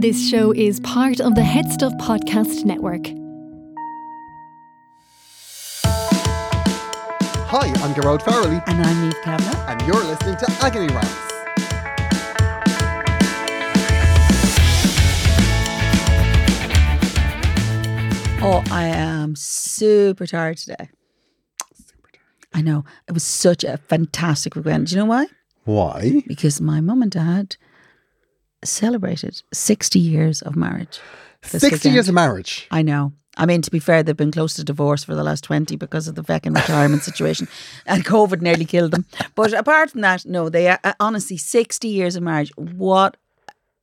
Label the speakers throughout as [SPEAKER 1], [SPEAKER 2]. [SPEAKER 1] This show is part of the Head Stuff Podcast Network.
[SPEAKER 2] Hi, I'm Gerard Farrelly,
[SPEAKER 3] And I'm Eve Pamela.
[SPEAKER 2] and you're listening to Agony Rants.
[SPEAKER 3] Oh, I am super tired today. Super tired. I know. It was such a fantastic weekend. Do you know why?
[SPEAKER 2] Why?
[SPEAKER 3] Because my mum and dad celebrated 60 years of marriage. this
[SPEAKER 2] 60
[SPEAKER 3] weekend.
[SPEAKER 2] years of marriage.
[SPEAKER 3] I know. I mean, to be fair, they've been close to divorce for the last 20 because of the fucking retirement situation and COVID nearly killed them. But apart from that, no, they are honestly 60 years of marriage. What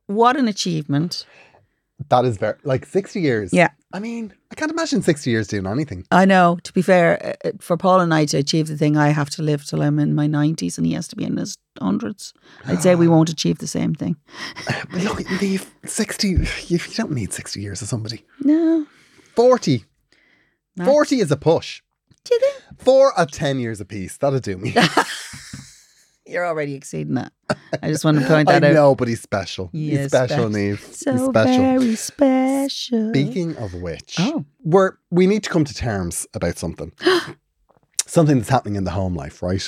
[SPEAKER 3] what an achievement.
[SPEAKER 2] That is very, like 60 years.
[SPEAKER 3] Yeah.
[SPEAKER 2] I mean, I can't imagine 60 years doing anything.
[SPEAKER 3] I know. To be fair, uh, uh, for Paul and I to achieve the thing, I have to live till I'm in my nineties, and he has to be in his hundreds. I'd say we won't achieve the same thing.
[SPEAKER 2] But look, leave 60, you, you don't need 60 years of somebody.
[SPEAKER 3] No,
[SPEAKER 2] 40. 40 is a push.
[SPEAKER 3] do you think
[SPEAKER 2] Four at 10 years apiece. That'll do me.
[SPEAKER 3] you're already exceeding that? I just want to point
[SPEAKER 2] I
[SPEAKER 3] that out.
[SPEAKER 2] know, but he's special.
[SPEAKER 3] He
[SPEAKER 2] he's
[SPEAKER 3] is
[SPEAKER 2] special,
[SPEAKER 3] spec-
[SPEAKER 2] Neve. he's
[SPEAKER 3] So
[SPEAKER 2] special.
[SPEAKER 3] very special.
[SPEAKER 2] Speaking of which,
[SPEAKER 3] Mm-hmm. Oh.
[SPEAKER 2] we're, we need to come to terms about something. something that's happening in the home life, right?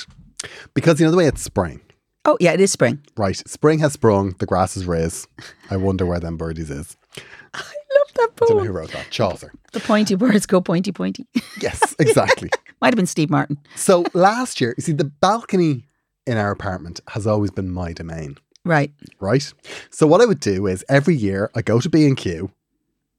[SPEAKER 2] Because, you know, the way it's spring.
[SPEAKER 3] oh yeah, it is spring.
[SPEAKER 2] Right, spring has sprung, the grass is raised. I wonder where them birdies is.
[SPEAKER 3] Love that
[SPEAKER 2] I don't know who
[SPEAKER 3] poem.
[SPEAKER 2] wrote that. Chaucer.
[SPEAKER 3] The pointy words go pointy pointy.
[SPEAKER 2] Yes, exactly.
[SPEAKER 3] Might have been Steve Martin.
[SPEAKER 2] so last year, you see, the balcony in our apartment has always been my domain,
[SPEAKER 3] Right.
[SPEAKER 2] right? So what I would do is every year I go to B&Q,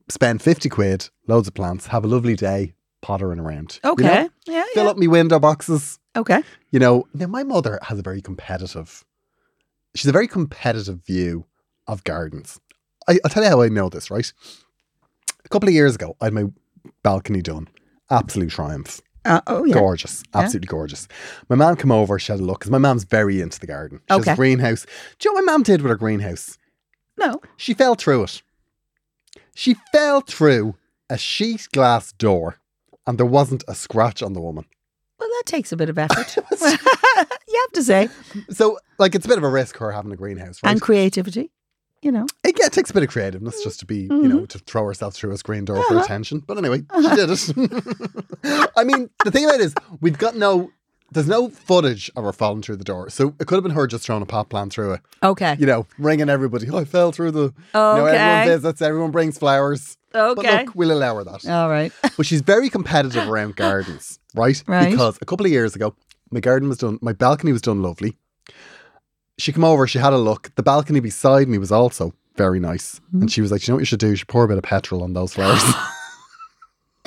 [SPEAKER 2] spend 50 quid, loads of plants, have a lovely day pottering around. you
[SPEAKER 3] Okay.
[SPEAKER 2] know?
[SPEAKER 3] yeah.
[SPEAKER 2] Fill
[SPEAKER 3] yeah.
[SPEAKER 2] up my window boxes,
[SPEAKER 3] Okay.
[SPEAKER 2] you know. Now my mother has a very competitive, she's a very competitive view of gardens. I, I'll tell you how I know this, right? A couple of years ago, I had my balcony done. Absolute triumph.
[SPEAKER 3] Uh, oh yeah.
[SPEAKER 2] Gorgeous. Absolutely gorgeous. My mom came over, she had a look, because my mom's very into the garden. She has a
[SPEAKER 3] Okay.
[SPEAKER 2] greenhouse. Do you know what my mom did with her greenhouse?
[SPEAKER 3] No.
[SPEAKER 2] She fell through it. She fell through a sheet glass door, and there wasn't a scratch on the woman.
[SPEAKER 3] Well, that takes a bit of effort. you have to say,
[SPEAKER 2] So, like, it's a bit of a risk her having a greenhouse, right?
[SPEAKER 3] and creativity. You know.
[SPEAKER 2] it, yeah, it takes a bit of creativeness just to be,
[SPEAKER 3] Mm-hmm.
[SPEAKER 2] you know, to throw herself through a screen door
[SPEAKER 3] Uh-huh.
[SPEAKER 2] for attention. But anyway, she did it. I mean, the thing about it is, we've got no, there's no footage of her falling through the door. So it could have been her just throwing a pot plant through it,
[SPEAKER 3] Okay.
[SPEAKER 2] you know, ringing everybody. Oh, I fell through the. You know, everyone
[SPEAKER 3] Okay.
[SPEAKER 2] visits, everyone brings flowers.
[SPEAKER 3] Okay.
[SPEAKER 2] But look, we'll allow her that.
[SPEAKER 3] All right.
[SPEAKER 2] But she's very competitive around gardens, right?
[SPEAKER 3] Right.
[SPEAKER 2] Because a couple of years ago, my garden was done, my balcony was done lovely. She came over, she had a look. The balcony beside me was also very nice.
[SPEAKER 3] Mm-hmm.
[SPEAKER 2] And she was like, "Do you know what you should do? You should pour a bit of petrol on those flowers.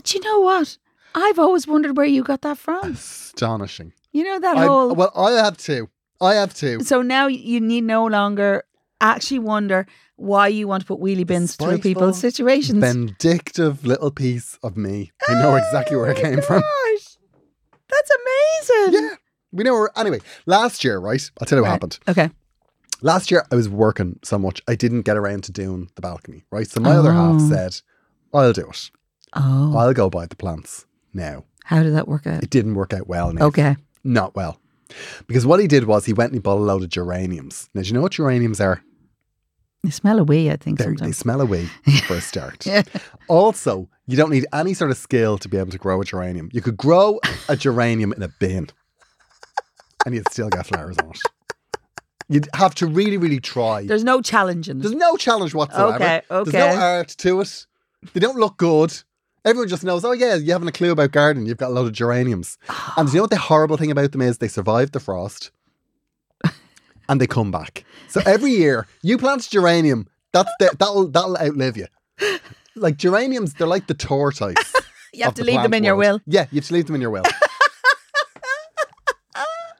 [SPEAKER 3] Do you know what? I've always wondered where you got that from.
[SPEAKER 2] Astonishing.
[SPEAKER 3] You know that
[SPEAKER 2] I-
[SPEAKER 3] whole.
[SPEAKER 2] well, I have two. I have two.
[SPEAKER 3] so now you need no longer actually wonder why you want to put wheelie bins through
[SPEAKER 2] Spiteful
[SPEAKER 3] people's situations.
[SPEAKER 2] Vindictive little piece of me. We know exactly where it came from.
[SPEAKER 3] Oh Gosh, that's amazing.
[SPEAKER 2] Yeah. We know where. Anyway, last year, right? I'll tell you what happened.
[SPEAKER 3] Okay.
[SPEAKER 2] Last year, I was working so much, I didn't get around to doing the balcony, right? So my other half
[SPEAKER 3] Oh.
[SPEAKER 2] said, I'll do it.
[SPEAKER 3] Oh,
[SPEAKER 2] I'll go buy the plants now.
[SPEAKER 3] how did that work out?
[SPEAKER 2] It didn't work out well. Now.
[SPEAKER 3] Okay.
[SPEAKER 2] Not well. Because what he did was he went and he bought a load of geraniums. Now, do you know what geraniums are?
[SPEAKER 3] They smell a wee, I think,
[SPEAKER 2] They're, they
[SPEAKER 3] sometimes.
[SPEAKER 2] smell away for a start. Also, you don't need any sort of skill to be able to grow a geranium. You could grow a geranium in a bin and you'd still get flowers on it. You'd have to really, really try.
[SPEAKER 3] There's no challenging.
[SPEAKER 2] There's no challenge whatsoever.
[SPEAKER 3] Okay,
[SPEAKER 2] There's
[SPEAKER 3] okay.
[SPEAKER 2] no art to it. They don't look good. Everyone just knows, oh yeah, you haven't a clue about gardening. You've got a load of geraniums. and you know what the horrible thing about them is? They survived the frost and they come back. So every year you plant a geranium, that's the, that'll that'll outlive you. Like geraniums, they're like the tortoise.
[SPEAKER 3] you have
[SPEAKER 2] of
[SPEAKER 3] to
[SPEAKER 2] the
[SPEAKER 3] leave them
[SPEAKER 2] plant
[SPEAKER 3] in your
[SPEAKER 2] world.
[SPEAKER 3] will.
[SPEAKER 2] Yeah, you have to leave them in your will.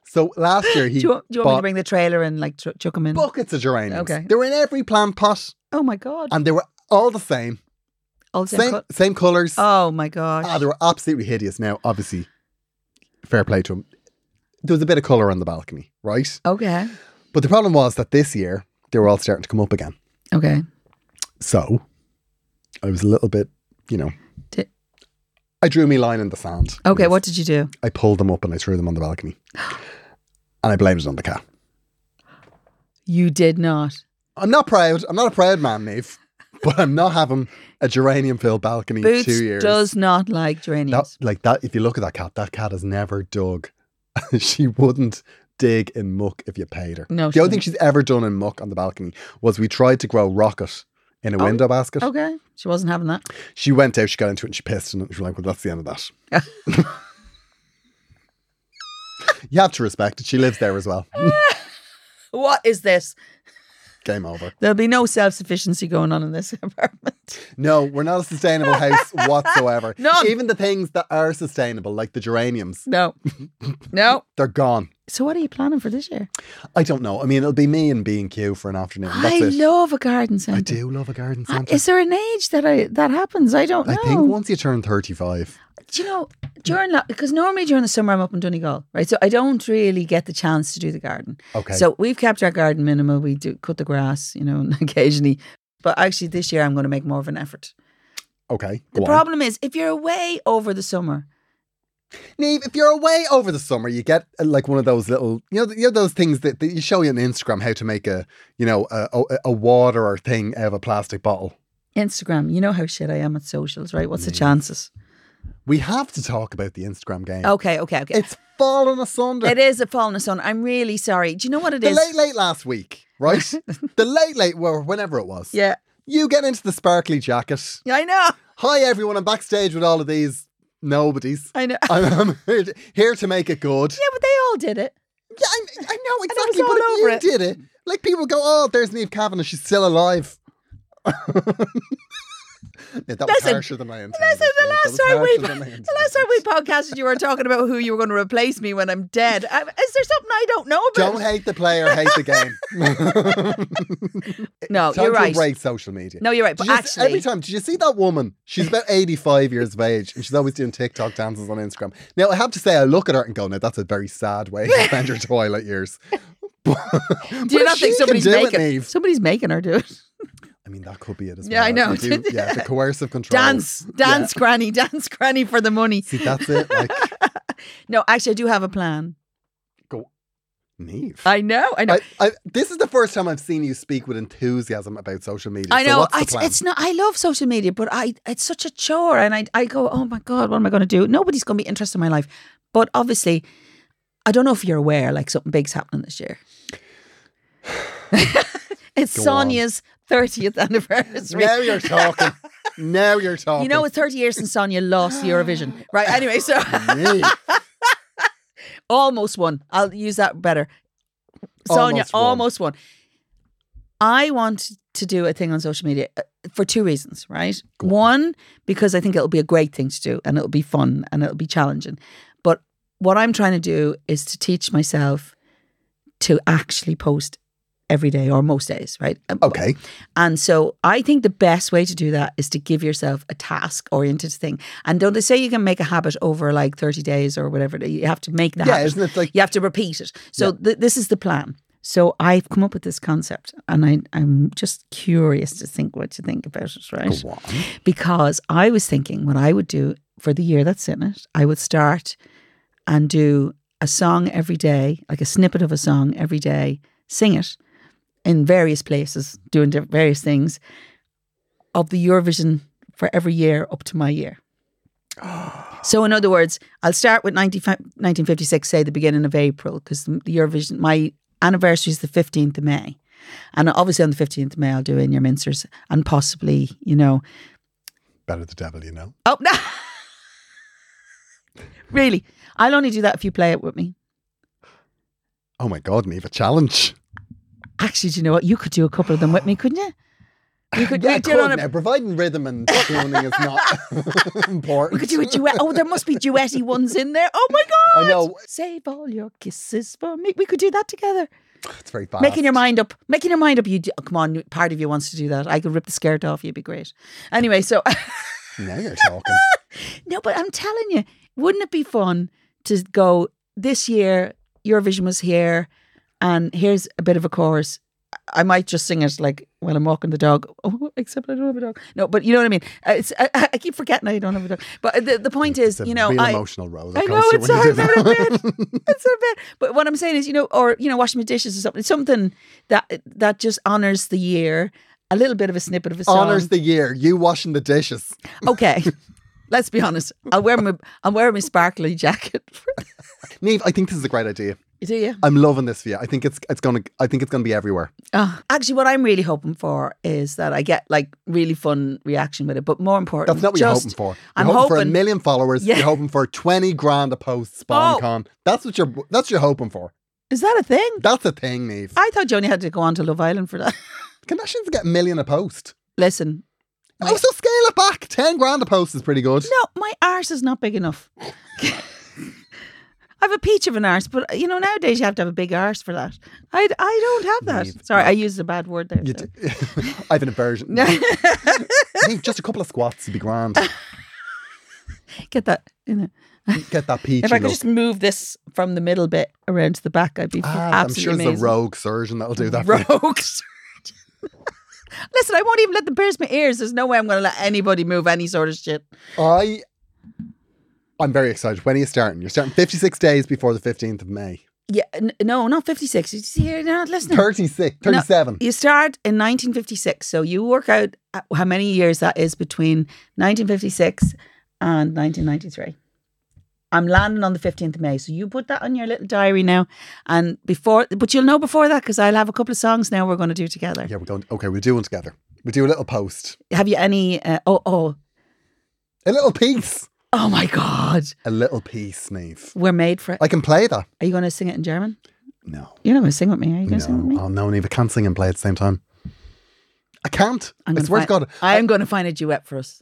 [SPEAKER 2] so last year he
[SPEAKER 3] Do you, want- do you want me to
[SPEAKER 2] bought
[SPEAKER 3] bring the trailer and like tr- chuck them in?
[SPEAKER 2] buckets of geraniums.
[SPEAKER 3] Okay.
[SPEAKER 2] They were in every plant pot
[SPEAKER 3] Oh my god!
[SPEAKER 2] and they were all the same.
[SPEAKER 3] All the same
[SPEAKER 2] Same
[SPEAKER 3] cut.
[SPEAKER 2] same colours.
[SPEAKER 3] Oh my gosh!
[SPEAKER 2] Ah, they were absolutely hideous. Now, obviously, fair play to them. There was a bit of colour on the balcony, right?
[SPEAKER 3] okay,
[SPEAKER 2] But the problem was that this year they were all starting to come up again.
[SPEAKER 3] okay.
[SPEAKER 2] So I was a little bit, you know,
[SPEAKER 3] Di-
[SPEAKER 2] I drew me line in the sand.
[SPEAKER 3] Okay, what did you do?
[SPEAKER 2] I pulled them up and I threw them on the balcony. And I blamed it on the cat.
[SPEAKER 3] You did not.
[SPEAKER 2] I'm not proud. I'm not a proud man, Neve. But I'm not having a geranium filled balcony in
[SPEAKER 3] Boots
[SPEAKER 2] two years.
[SPEAKER 3] does not like
[SPEAKER 2] That,
[SPEAKER 3] geraniums.
[SPEAKER 2] like that, if you look at that cat, that cat has never dug. she wouldn't dig in muck if you paid her.
[SPEAKER 3] No,
[SPEAKER 2] the
[SPEAKER 3] she
[SPEAKER 2] only thing
[SPEAKER 3] wouldn't.
[SPEAKER 2] she's ever done in muck on the balcony was we tried to grow rocket in a
[SPEAKER 3] Oh.
[SPEAKER 2] window basket.
[SPEAKER 3] Okay, she wasn't having that.
[SPEAKER 2] She went out, she got into it, and she pissed, and she was like, "Well, that's the end of that." you have to respect it. She lives there as well.
[SPEAKER 3] What is this?
[SPEAKER 2] Game over.
[SPEAKER 3] There'll be no self sufficiency going on in this apartment.
[SPEAKER 2] No, we're not a sustainable house whatsoever.
[SPEAKER 3] None.
[SPEAKER 2] Even the things that are sustainable, like the geraniums,
[SPEAKER 3] No, no.
[SPEAKER 2] they're gone.
[SPEAKER 3] So what are you planning for this year?
[SPEAKER 2] I don't know. I mean, it'll be me and B and Q for an afternoon. That's
[SPEAKER 3] I
[SPEAKER 2] it.
[SPEAKER 3] love a garden centre.
[SPEAKER 2] I do love a garden
[SPEAKER 3] Ah,
[SPEAKER 2] centre.
[SPEAKER 3] Is there an age that I that happens? I don't know.
[SPEAKER 2] I think once you turn 35,
[SPEAKER 3] Do you know during because normally during the summer I'm up in Donegal, right? So I don't really get the chance to do the garden.
[SPEAKER 2] okay.
[SPEAKER 3] So we've kept our garden minimal. We do cut the grass, you know, and occasionally. But actually, this year I'm going to make more of an effort.
[SPEAKER 2] okay.
[SPEAKER 3] The
[SPEAKER 2] go on.
[SPEAKER 3] problem is if you're away over the summer,
[SPEAKER 2] Neve, if you're away over the summer, you get uh, like one of those little, you know, you know those things that, that you show you on Instagram how to make a, you know, a, a, a water or thing out of a plastic bottle.
[SPEAKER 3] Instagram, you know how shit I am at socials, right? What's the chances?
[SPEAKER 2] We have to talk about the Instagram game.
[SPEAKER 3] Okay, okay, okay.
[SPEAKER 2] It's fallen asunder.
[SPEAKER 3] Oh, it is a fallen sun. I'm really sorry. Do you know what it
[SPEAKER 2] the
[SPEAKER 3] is?
[SPEAKER 2] late, late last week, right? the late, late, well, whenever it was.
[SPEAKER 3] yeah,
[SPEAKER 2] You get into the sparkly jacket.
[SPEAKER 3] yeah, I know,
[SPEAKER 2] Hi, everyone. I'm backstage with all of these nobodies.
[SPEAKER 3] I know.
[SPEAKER 2] I'm, I'm here, to, here to make it good.
[SPEAKER 3] yeah, but they all did it.
[SPEAKER 2] Yeah, I, I know
[SPEAKER 3] I was
[SPEAKER 2] exactly.
[SPEAKER 3] all
[SPEAKER 2] But if
[SPEAKER 3] over
[SPEAKER 2] you
[SPEAKER 3] it.
[SPEAKER 2] did it, like people go, "Oh, there's Neve Cavanagh. She's still alive." yeah, that was
[SPEAKER 3] Listen,
[SPEAKER 2] harsher than I intended.
[SPEAKER 3] Listen, the
[SPEAKER 2] That
[SPEAKER 3] last
[SPEAKER 2] was
[SPEAKER 3] time we
[SPEAKER 2] harsher than I
[SPEAKER 3] the last time we podcasted, you were talking about who you were going to replace me when I'm dead. I, is there something I don't know about?
[SPEAKER 2] Don't hate the player, hate the game.
[SPEAKER 3] no,
[SPEAKER 2] Time
[SPEAKER 3] Oh, you're
[SPEAKER 2] to
[SPEAKER 3] right.
[SPEAKER 2] embrace social media.
[SPEAKER 3] No, you're right.
[SPEAKER 2] Did
[SPEAKER 3] But
[SPEAKER 2] you s-
[SPEAKER 3] actually,
[SPEAKER 2] every time, did you see that woman? She's about 85 years of age and she's always doing TikTok dances on Instagram. Now, I have to say, I look at her and go, now that's a very sad way to spend your twilight years. But,
[SPEAKER 3] do you not think somebody's making
[SPEAKER 2] Neve,
[SPEAKER 3] somebody's making her do it?
[SPEAKER 2] I mean, that could be it as
[SPEAKER 3] Yeah,
[SPEAKER 2] well.
[SPEAKER 3] I know.
[SPEAKER 2] You do- yeah, the coercive control.
[SPEAKER 3] Dance, dance, granny, dance, granny for the money.
[SPEAKER 2] See, that's it. Like,
[SPEAKER 3] No, actually, I do have a plan.
[SPEAKER 2] go, Neve.
[SPEAKER 3] I know, I know.
[SPEAKER 2] I, I, this is the first time I've seen you speak with enthusiasm about social media.
[SPEAKER 3] I
[SPEAKER 2] So
[SPEAKER 3] know.
[SPEAKER 2] what's the
[SPEAKER 3] it's,
[SPEAKER 2] plan?
[SPEAKER 3] it's not. I love social media, but I it's such a chore, and I I go, oh my god, what am I going to do? Nobody's going to be interested in my life. But obviously, I don't know if you're aware, like something big's happening this year. it's
[SPEAKER 2] Go on.
[SPEAKER 3] Sonia's thirtieth anniversary.
[SPEAKER 2] now you're talking. now you're talking.
[SPEAKER 3] you know, it's thirty years since Sonia lost Eurovision, right? Anyway, so
[SPEAKER 2] Neve.
[SPEAKER 3] almost won. I'll use that better. Sonia
[SPEAKER 2] Almost won.
[SPEAKER 3] almost won. I want to do a thing on social media uh, for two reasons, right? One, because I think it'll be a great thing to do and it'll be fun and it'll be challenging. But what I'm trying to do is to teach myself to actually post every day or most days, right? Um,
[SPEAKER 2] Okay.
[SPEAKER 3] And so I think the best way to do that is to give yourself a task oriented thing. And don't they say you can make a habit over like 30 days or whatever? You have to make the
[SPEAKER 2] Yeah,
[SPEAKER 3] habit.
[SPEAKER 2] isn't it like-
[SPEAKER 3] You have to repeat it. So th- this is the plan. So I've come up with this concept and I, I'm just curious to think what you think about it, right?
[SPEAKER 2] Go on.
[SPEAKER 3] Because I was thinking what I would do for the year that's in it, I would start and do a song every day, like a snippet of a song every day, sing it in various places, doing diff- various things of the Eurovision for every year up to my year. So, in other words, I'll start with 19, 1956, say the beginning of April, because the Eurovision, my anniversary is the 15th of May. And obviously on the 15th of May, I'll do In Your Mincers and possibly, you know.
[SPEAKER 2] Better the devil, you know.
[SPEAKER 3] Oh, no. really? I'll only do that if you play it with me.
[SPEAKER 2] Oh my God, Neve, a challenge.
[SPEAKER 3] Actually, do you know what? You could do a couple of them with me, couldn't you? You could,
[SPEAKER 2] Yeah,
[SPEAKER 3] do you know what
[SPEAKER 2] could
[SPEAKER 3] I-
[SPEAKER 2] now, providing rhythm and tuning is not important.
[SPEAKER 3] we could do a duet. Oh, there must be duetty ones in there. Oh my God.
[SPEAKER 2] I know.
[SPEAKER 3] Save all your kisses for me. We could do that together.
[SPEAKER 2] It's very fast.
[SPEAKER 3] Making your mind up. Making your mind up. You do, oh, come on. Part of you wants to do that. I could rip the skirt off. You'd be great. Anyway, so
[SPEAKER 2] Now you're talking.
[SPEAKER 3] no, but I'm telling you, wouldn't it be fun to go this year? Eurovision was here, and here's a bit of a chorus. I I might just sing it like while I'm walking the dog. Oh, except I don't have a dog. No, but you know what I mean. Uh, It's, I, I I keep forgetting I don't have a dog. But the, the point is,
[SPEAKER 2] It's a
[SPEAKER 3] you know,
[SPEAKER 2] real
[SPEAKER 3] I,
[SPEAKER 2] emotional roller
[SPEAKER 3] I
[SPEAKER 2] coaster
[SPEAKER 3] know it's
[SPEAKER 2] when you
[SPEAKER 3] hard
[SPEAKER 2] do
[SPEAKER 3] for a
[SPEAKER 2] that.
[SPEAKER 3] bit. It's a bit. But what I'm saying is, you know, or you know, washing my dishes or something, something that that just honors the year. A little bit of a snippet of a song.
[SPEAKER 2] Honors the year. You washing the dishes.
[SPEAKER 3] okay. Let's be honest. I'll wear my I'm wearing my sparkly jacket.
[SPEAKER 2] Neve, I think this is a great idea.
[SPEAKER 3] Do you?
[SPEAKER 2] I'm loving this for you. I think it's it's gonna I think it's gonna be everywhere.
[SPEAKER 3] Oh. Actually, what I'm really hoping for is that I get like really fun reaction with it. But more important,
[SPEAKER 2] That's not what
[SPEAKER 3] just,
[SPEAKER 2] you're hoping for. You're
[SPEAKER 3] I'm
[SPEAKER 2] hoping, for a
[SPEAKER 3] hoping-
[SPEAKER 2] million followers.
[SPEAKER 3] Yeah.
[SPEAKER 2] You're hoping for twenty grand a post spawn
[SPEAKER 3] Oh.
[SPEAKER 2] con. That's what you're that's what you're hoping for.
[SPEAKER 3] Is that a thing?
[SPEAKER 2] That's a thing, Neve.
[SPEAKER 3] I thought you only had to go on to Love Island for that.
[SPEAKER 2] Can actually get a million a post.
[SPEAKER 3] Listen,
[SPEAKER 2] Oh, so scale it back. Ten grand a post is pretty good.
[SPEAKER 3] No, my arse is not big enough. I've a peach of an arse, but you know nowadays you have to have a big arse for that. I, I don't have that.
[SPEAKER 2] Neither.
[SPEAKER 3] Sorry, I used a bad word there.
[SPEAKER 2] You
[SPEAKER 3] so.
[SPEAKER 2] d- I have an aversion. Neve, just a couple of squats would be grand.
[SPEAKER 3] Get that. You know.
[SPEAKER 2] Get that peachy
[SPEAKER 3] If I could
[SPEAKER 2] look.
[SPEAKER 3] just move this from the middle bit around to the back, I'd be
[SPEAKER 2] Ah, I'm sure
[SPEAKER 3] absolutely
[SPEAKER 2] there's a
[SPEAKER 3] amazing.
[SPEAKER 2] rogue surgeon that'll do that. for you.
[SPEAKER 3] Rogue surgeon. Listen, I won't even let them pierce my ears. There's no way I'm going to let anybody move any sort of shit.
[SPEAKER 2] I, I'm very excited. When are you starting? You're starting 56 days before the 15th of May.
[SPEAKER 3] Yeah, n- no, not 56. You see, you're not listening.
[SPEAKER 2] 36,
[SPEAKER 3] No,
[SPEAKER 2] 37.
[SPEAKER 3] You start in 1956, so you work out uh, how many years that is between 1956 and 1993. I'm landing on the 15th of May, so you put that on your little diary now, and before, but you'll know before that because I'll have a couple of songs now we're going to do together.
[SPEAKER 2] Yeah, we're going. Okay, we'll do one together. We'll do a little post,
[SPEAKER 3] Have you any? Uh, oh, oh,
[SPEAKER 2] a little piece,
[SPEAKER 3] oh my God,
[SPEAKER 2] a little piece, Neve.
[SPEAKER 3] we're made for it.
[SPEAKER 2] I can play that.
[SPEAKER 3] Are you going to sing it in German?
[SPEAKER 2] No,
[SPEAKER 3] You're not going to sing with me, are you going to sing with me?
[SPEAKER 2] no. Oh no, Neve, I can't sing and play at the same time. I can't.
[SPEAKER 3] I'm
[SPEAKER 2] it's
[SPEAKER 3] gonna
[SPEAKER 2] worth
[SPEAKER 3] find-
[SPEAKER 2] God.
[SPEAKER 3] I am going to find a duet for us.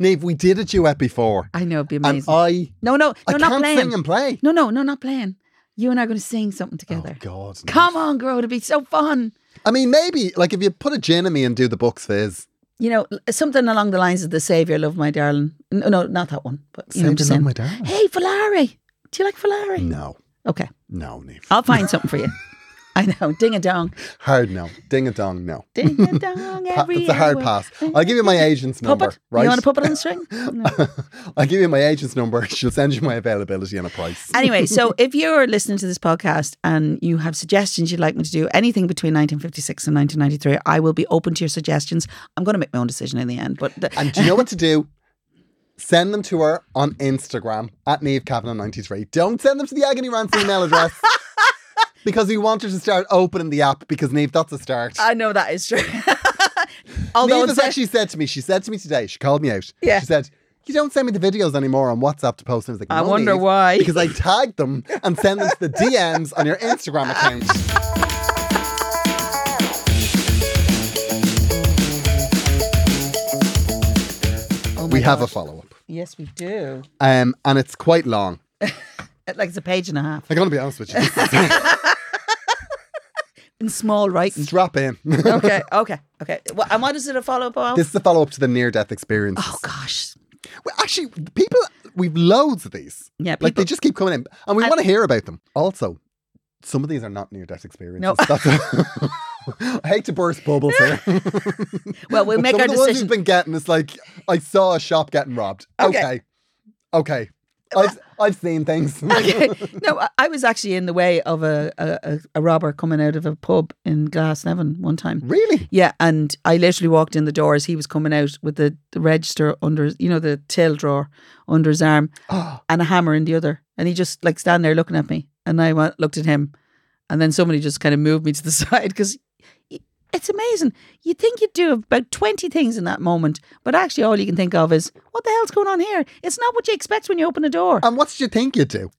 [SPEAKER 2] Neve, we did a duet before,
[SPEAKER 3] I know it'd be
[SPEAKER 2] and
[SPEAKER 3] amazing.
[SPEAKER 2] I,
[SPEAKER 3] no, no,
[SPEAKER 2] I
[SPEAKER 3] no, not
[SPEAKER 2] can't
[SPEAKER 3] playing.
[SPEAKER 2] sing and play.
[SPEAKER 3] No, no, no, not playing. You and I are going to sing something
[SPEAKER 2] Oh
[SPEAKER 3] together.
[SPEAKER 2] God. Niamh.
[SPEAKER 3] Come on, girl, it'll be so fun.
[SPEAKER 2] I mean, maybe like if you put a gin in me and do the books fizz.
[SPEAKER 3] You know, l- something along the lines of the Savior, Love My Darling. No, no not that one. But you know,
[SPEAKER 2] Save
[SPEAKER 3] I'm just
[SPEAKER 2] your love,
[SPEAKER 3] saying.
[SPEAKER 2] my Mm. darling.
[SPEAKER 3] Hey, Valari, do you like Valari?
[SPEAKER 2] No,
[SPEAKER 3] Okay,
[SPEAKER 2] no, Neve.
[SPEAKER 3] I'll find something for you. I know, ding a dong,
[SPEAKER 2] Hard no. Ding a dong no.
[SPEAKER 3] ding a dong.
[SPEAKER 2] Pa-
[SPEAKER 3] every
[SPEAKER 2] that's a hard
[SPEAKER 3] hour.
[SPEAKER 2] pass. I'll give you my agent's number,
[SPEAKER 3] Puppet,
[SPEAKER 2] right?
[SPEAKER 3] you want to puppet on the string? No.
[SPEAKER 2] I'll give you my agent's number. She'll send you my availability and a price.
[SPEAKER 3] anyway, so if you're listening to this podcast and you have suggestions you'd like me to do, anything between 1956 and 1993, I will be open to your suggestions. I'm going to make my own decision in the end, but th-
[SPEAKER 2] And do you know what to do? Send them to her on Instagram at Neve 93. Don't send them to the Agony Rants email address because we want her to start opening the app because Neve, that's a start.
[SPEAKER 3] I know that is true. Although
[SPEAKER 2] Neve
[SPEAKER 3] it's
[SPEAKER 2] has actually said to me, she said to me today, she called me out.
[SPEAKER 3] Yeah.
[SPEAKER 2] She said, you don't send me the videos anymore on WhatsApp to post. And I was like,
[SPEAKER 3] I
[SPEAKER 2] "No,
[SPEAKER 3] wonder
[SPEAKER 2] Niamh,
[SPEAKER 3] why."
[SPEAKER 2] Because I tagged them and send them to the DMs on your Instagram account. we have a follow up.
[SPEAKER 3] Oh yes, we do.
[SPEAKER 2] Um, and it's quite long.
[SPEAKER 3] Like it's a page and a half
[SPEAKER 2] I'm going to be honest with you. this is-
[SPEAKER 3] in small writing.
[SPEAKER 2] Strap in.
[SPEAKER 3] okay, okay, okay. Well, and what is it a follow up on?
[SPEAKER 2] this is the follow up to the near death experience.
[SPEAKER 3] oh gosh,
[SPEAKER 2] Well, actually, people, we've loads of these.
[SPEAKER 3] Yeah,
[SPEAKER 2] Like
[SPEAKER 3] people-
[SPEAKER 2] they just keep coming in and we want to hear about them. Also, some of these are not near death experiences.
[SPEAKER 3] No.
[SPEAKER 2] That's- I hate to burst bubbles here.
[SPEAKER 3] well, we'll
[SPEAKER 2] But
[SPEAKER 3] make
[SPEAKER 2] some
[SPEAKER 3] our
[SPEAKER 2] of the ones
[SPEAKER 3] decision.
[SPEAKER 2] we've been getting is like, I saw a shop getting robbed.
[SPEAKER 3] Okay.
[SPEAKER 2] Okay. Okay. I've, I've seen things.
[SPEAKER 3] Okay. No, I- I was actually in the way of a, a, a- a robber coming out of a pub in Glasnevin one time.
[SPEAKER 2] really?
[SPEAKER 3] Yeah, and I literally walked in the door as he was coming out with the, the register under, his- you know, the tail drawer under his arm and a hammer in the other. And he just like stand there looking at me. And I went, looked at him And then somebody just kind of moved me to the side because it's amazing. You think you'd do about 20 things in that moment, but actually all you can think of is, what the hell's going on here? It's not what you expect when you open a door.
[SPEAKER 2] And what did you think you'd do?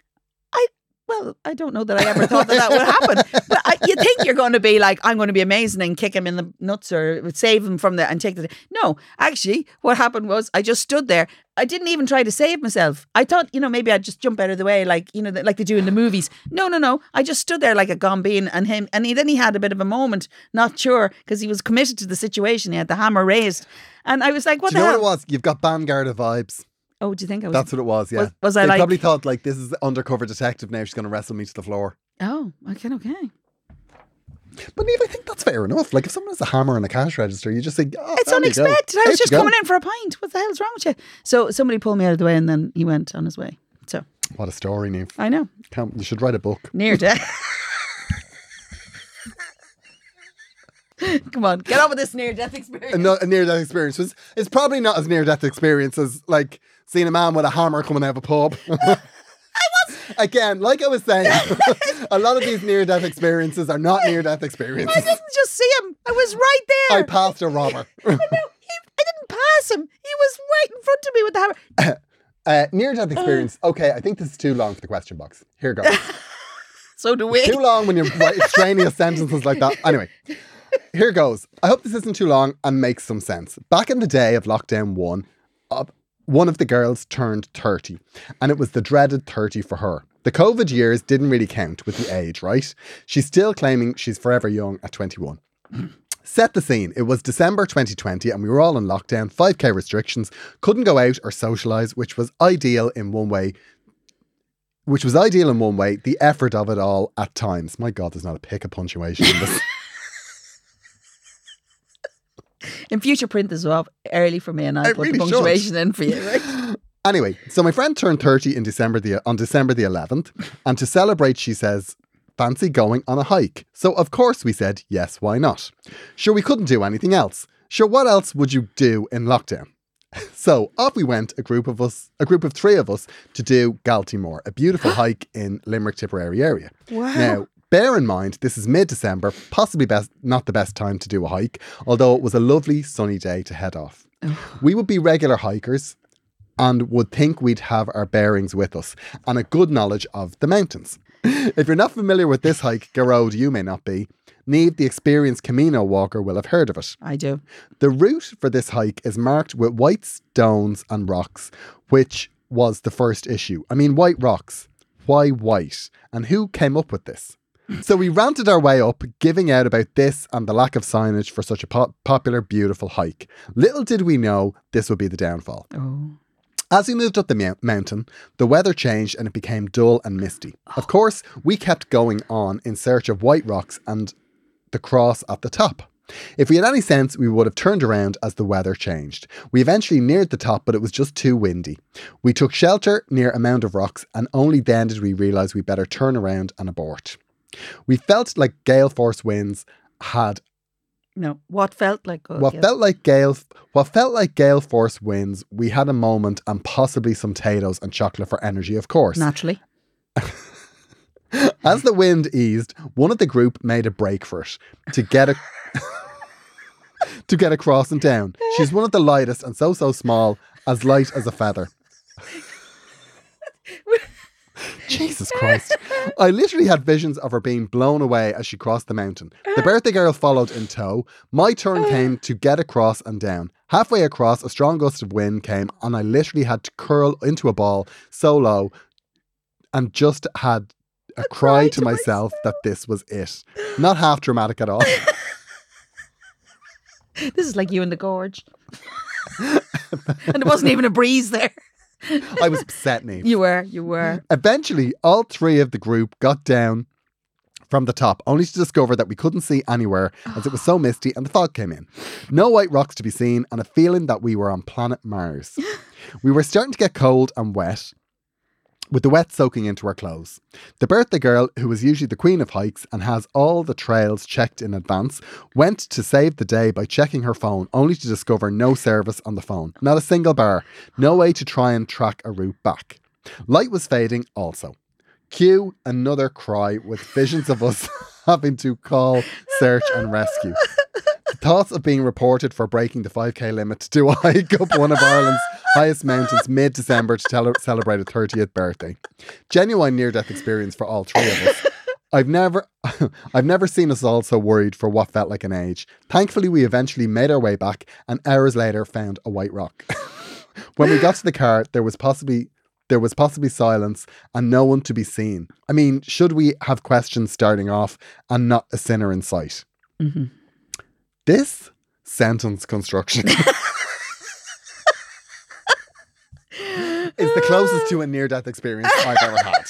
[SPEAKER 3] Well, I don't know that I ever thought that that would happen. But I, you think you're going to be like, I'm going to be amazing and kick him in the nuts or save him from the and take the. No, actually, what happened was I just stood there. I didn't even try to save myself. I thought, you know, maybe I'd just jump out of the way, like you know, like they do in the movies. No, no, no. I just stood there like a gone bean, and him, and he, then he had a bit of a moment, not sure, because he was committed to the situation. He had the hammer raised, and I was like, what
[SPEAKER 2] Do you
[SPEAKER 3] the
[SPEAKER 2] know
[SPEAKER 3] hell?
[SPEAKER 2] what it was? You've got Bangarda vibes.
[SPEAKER 3] Oh, do you think I was?
[SPEAKER 2] That's what it was, yeah.
[SPEAKER 3] Was- was I
[SPEAKER 2] they
[SPEAKER 3] like-
[SPEAKER 2] probably thought, like, this is the undercover detective now. She's going to wrestle me to the floor.
[SPEAKER 3] oh, okay, okay.
[SPEAKER 2] But Neve, I think that's fair enough. Like, if someone has a hammer and a cash register, you just think, oh,
[SPEAKER 3] It's
[SPEAKER 2] there you go.
[SPEAKER 3] unexpected. I
[SPEAKER 2] Out
[SPEAKER 3] was just
[SPEAKER 2] you go.
[SPEAKER 3] coming in for a pint. What the hell's wrong with you? So somebody pulled me out of the way, and then he went on his way. So
[SPEAKER 2] What a story, Neve.
[SPEAKER 3] I know
[SPEAKER 2] Can't- You should write a book.
[SPEAKER 3] near death. Come on, get on with this near death experience.
[SPEAKER 2] A, no- a near death experience. It's, it's probably not as near death experience as, like, seeing a man with a hammer coming out of a pub. Again, like I was saying, a lot of these near death experiences are not near death
[SPEAKER 3] I
[SPEAKER 2] experiences.
[SPEAKER 3] didn't just see him. I was right there.
[SPEAKER 2] I passed a robber.
[SPEAKER 3] He- I didn't pass him. He was right in front of me with the hammer.
[SPEAKER 2] Uh, near death experience. Okay, I think this is too long for the question box. Here goes.
[SPEAKER 3] So do we.
[SPEAKER 2] too long when you're writing extraneous sentences like that. Anyway, here goes. I hope this isn't too long and makes some sense. Back in the day of lockdown one, uh, one of the girls turned 30, and it was the dreaded 30 for her. The COVID years didn't really count with the age, right? She's still claiming she's forever young at 21. Set the scene. It was December 2020 and we were all in lockdown, 5k restrictions, couldn't go out or socialize, which was ideal in one way which was ideal in one way, the effort of it all at times. My God, there's not a pick of punctuation in this.
[SPEAKER 3] In future print this up early for me, and I'll
[SPEAKER 2] I
[SPEAKER 3] put
[SPEAKER 2] really
[SPEAKER 3] the
[SPEAKER 2] should.
[SPEAKER 3] punctuation in for you. Right?
[SPEAKER 2] anyway, so my friend turned 30 in December the, on December the 11th, and to celebrate, she says, fancy going on a hike. So of course we said, yes, why not? Sure, we couldn't do anything else. Sure, what else would you do in lockdown? So off we went, a group of us, a group of three of us, to do Galtimore, a beautiful hike in Limerick, Tipperary area. Wow. Now, bear in mind, this is mid-December, possibly best not the best time to do a hike, although it was a lovely sunny day to head off. We would be regular hikers and would think we'd have our bearings with us and a good knowledge of the mountains. If you're not familiar with this hike, Garode, you may not be. Neve, the experienced Camino walker, will have heard of it.
[SPEAKER 3] I do.
[SPEAKER 2] The route for this hike is marked with white stones and rocks, which was the first issue. I mean, white rocks. Why white? And who came up with this? So we ranted our way up, giving out about this and the lack of signage for such a po- popular, beautiful hike. Little did we know this would be the downfall.
[SPEAKER 3] Oh,
[SPEAKER 2] As we moved up the mou- mountain, the weather changed and it became dull and misty. Of course, we kept going on in search of white rocks and the cross at the top. If we had any sense, we would have turned around as the weather changed. We eventually neared the top, but it was just too windy. We took shelter near a mound of rocks, and only then did we realise we better turn around and abort. We felt like gale force winds had
[SPEAKER 3] no. What felt like good.
[SPEAKER 2] what
[SPEAKER 3] yeah.
[SPEAKER 2] felt like gale what felt like gale force winds we had a moment and possibly some potatoes and chocolate for energy of course
[SPEAKER 3] Naturally.
[SPEAKER 2] as the wind eased one of the group made a break for it to get a to get across and down she's one of the lightest and so so small as light as a feather Jesus Christ. I literally had visions of her being blown away as she crossed the mountain. The birthday girl followed in tow. My turn came to get across and down. Halfway across, a strong gust of wind came, and I literally had to curl into a ball so low and just had a, cry, to, myself that this was it. Not half dramatic at all.
[SPEAKER 3] This is like you in the gorge. and there wasn't even a breeze there.
[SPEAKER 2] I was upset, Neve.
[SPEAKER 3] You were, you were.
[SPEAKER 2] Eventually, all three of the group got down from the top, only to discover that we couldn't see anywhere as it was so misty and the fog came in. No white rocks to be seen, and a feeling that we were on planet Mars. we were starting to get cold and wet. With the wet soaking into her clothes. The birthday girl, who is usually the queen of hikes and has all the trails checked in advance, went to save the day by checking her phone, only to discover no service on the phone. Not a single bar. No way to try and track a route back. Light was fading also. Cue another cry with visions of us having to call, search, and rescue. The thoughts of being reported for breaking the 5k limit to hike up one of Ireland's highest mountains mid December to tele- celebrate a 30th birthday. Genuine near death experience for all three of us. I've never I've never seen us all so worried for what felt like an age. Thankfully we eventually made our way back and hours later found a white rock. when we got to the car, there was possibly there was possibly silence and no one to be seen. I mean, should we have questions starting off and not a sinner in sight?
[SPEAKER 3] Mhm.
[SPEAKER 2] This sentence construction is the closest to a near death experience I've ever had.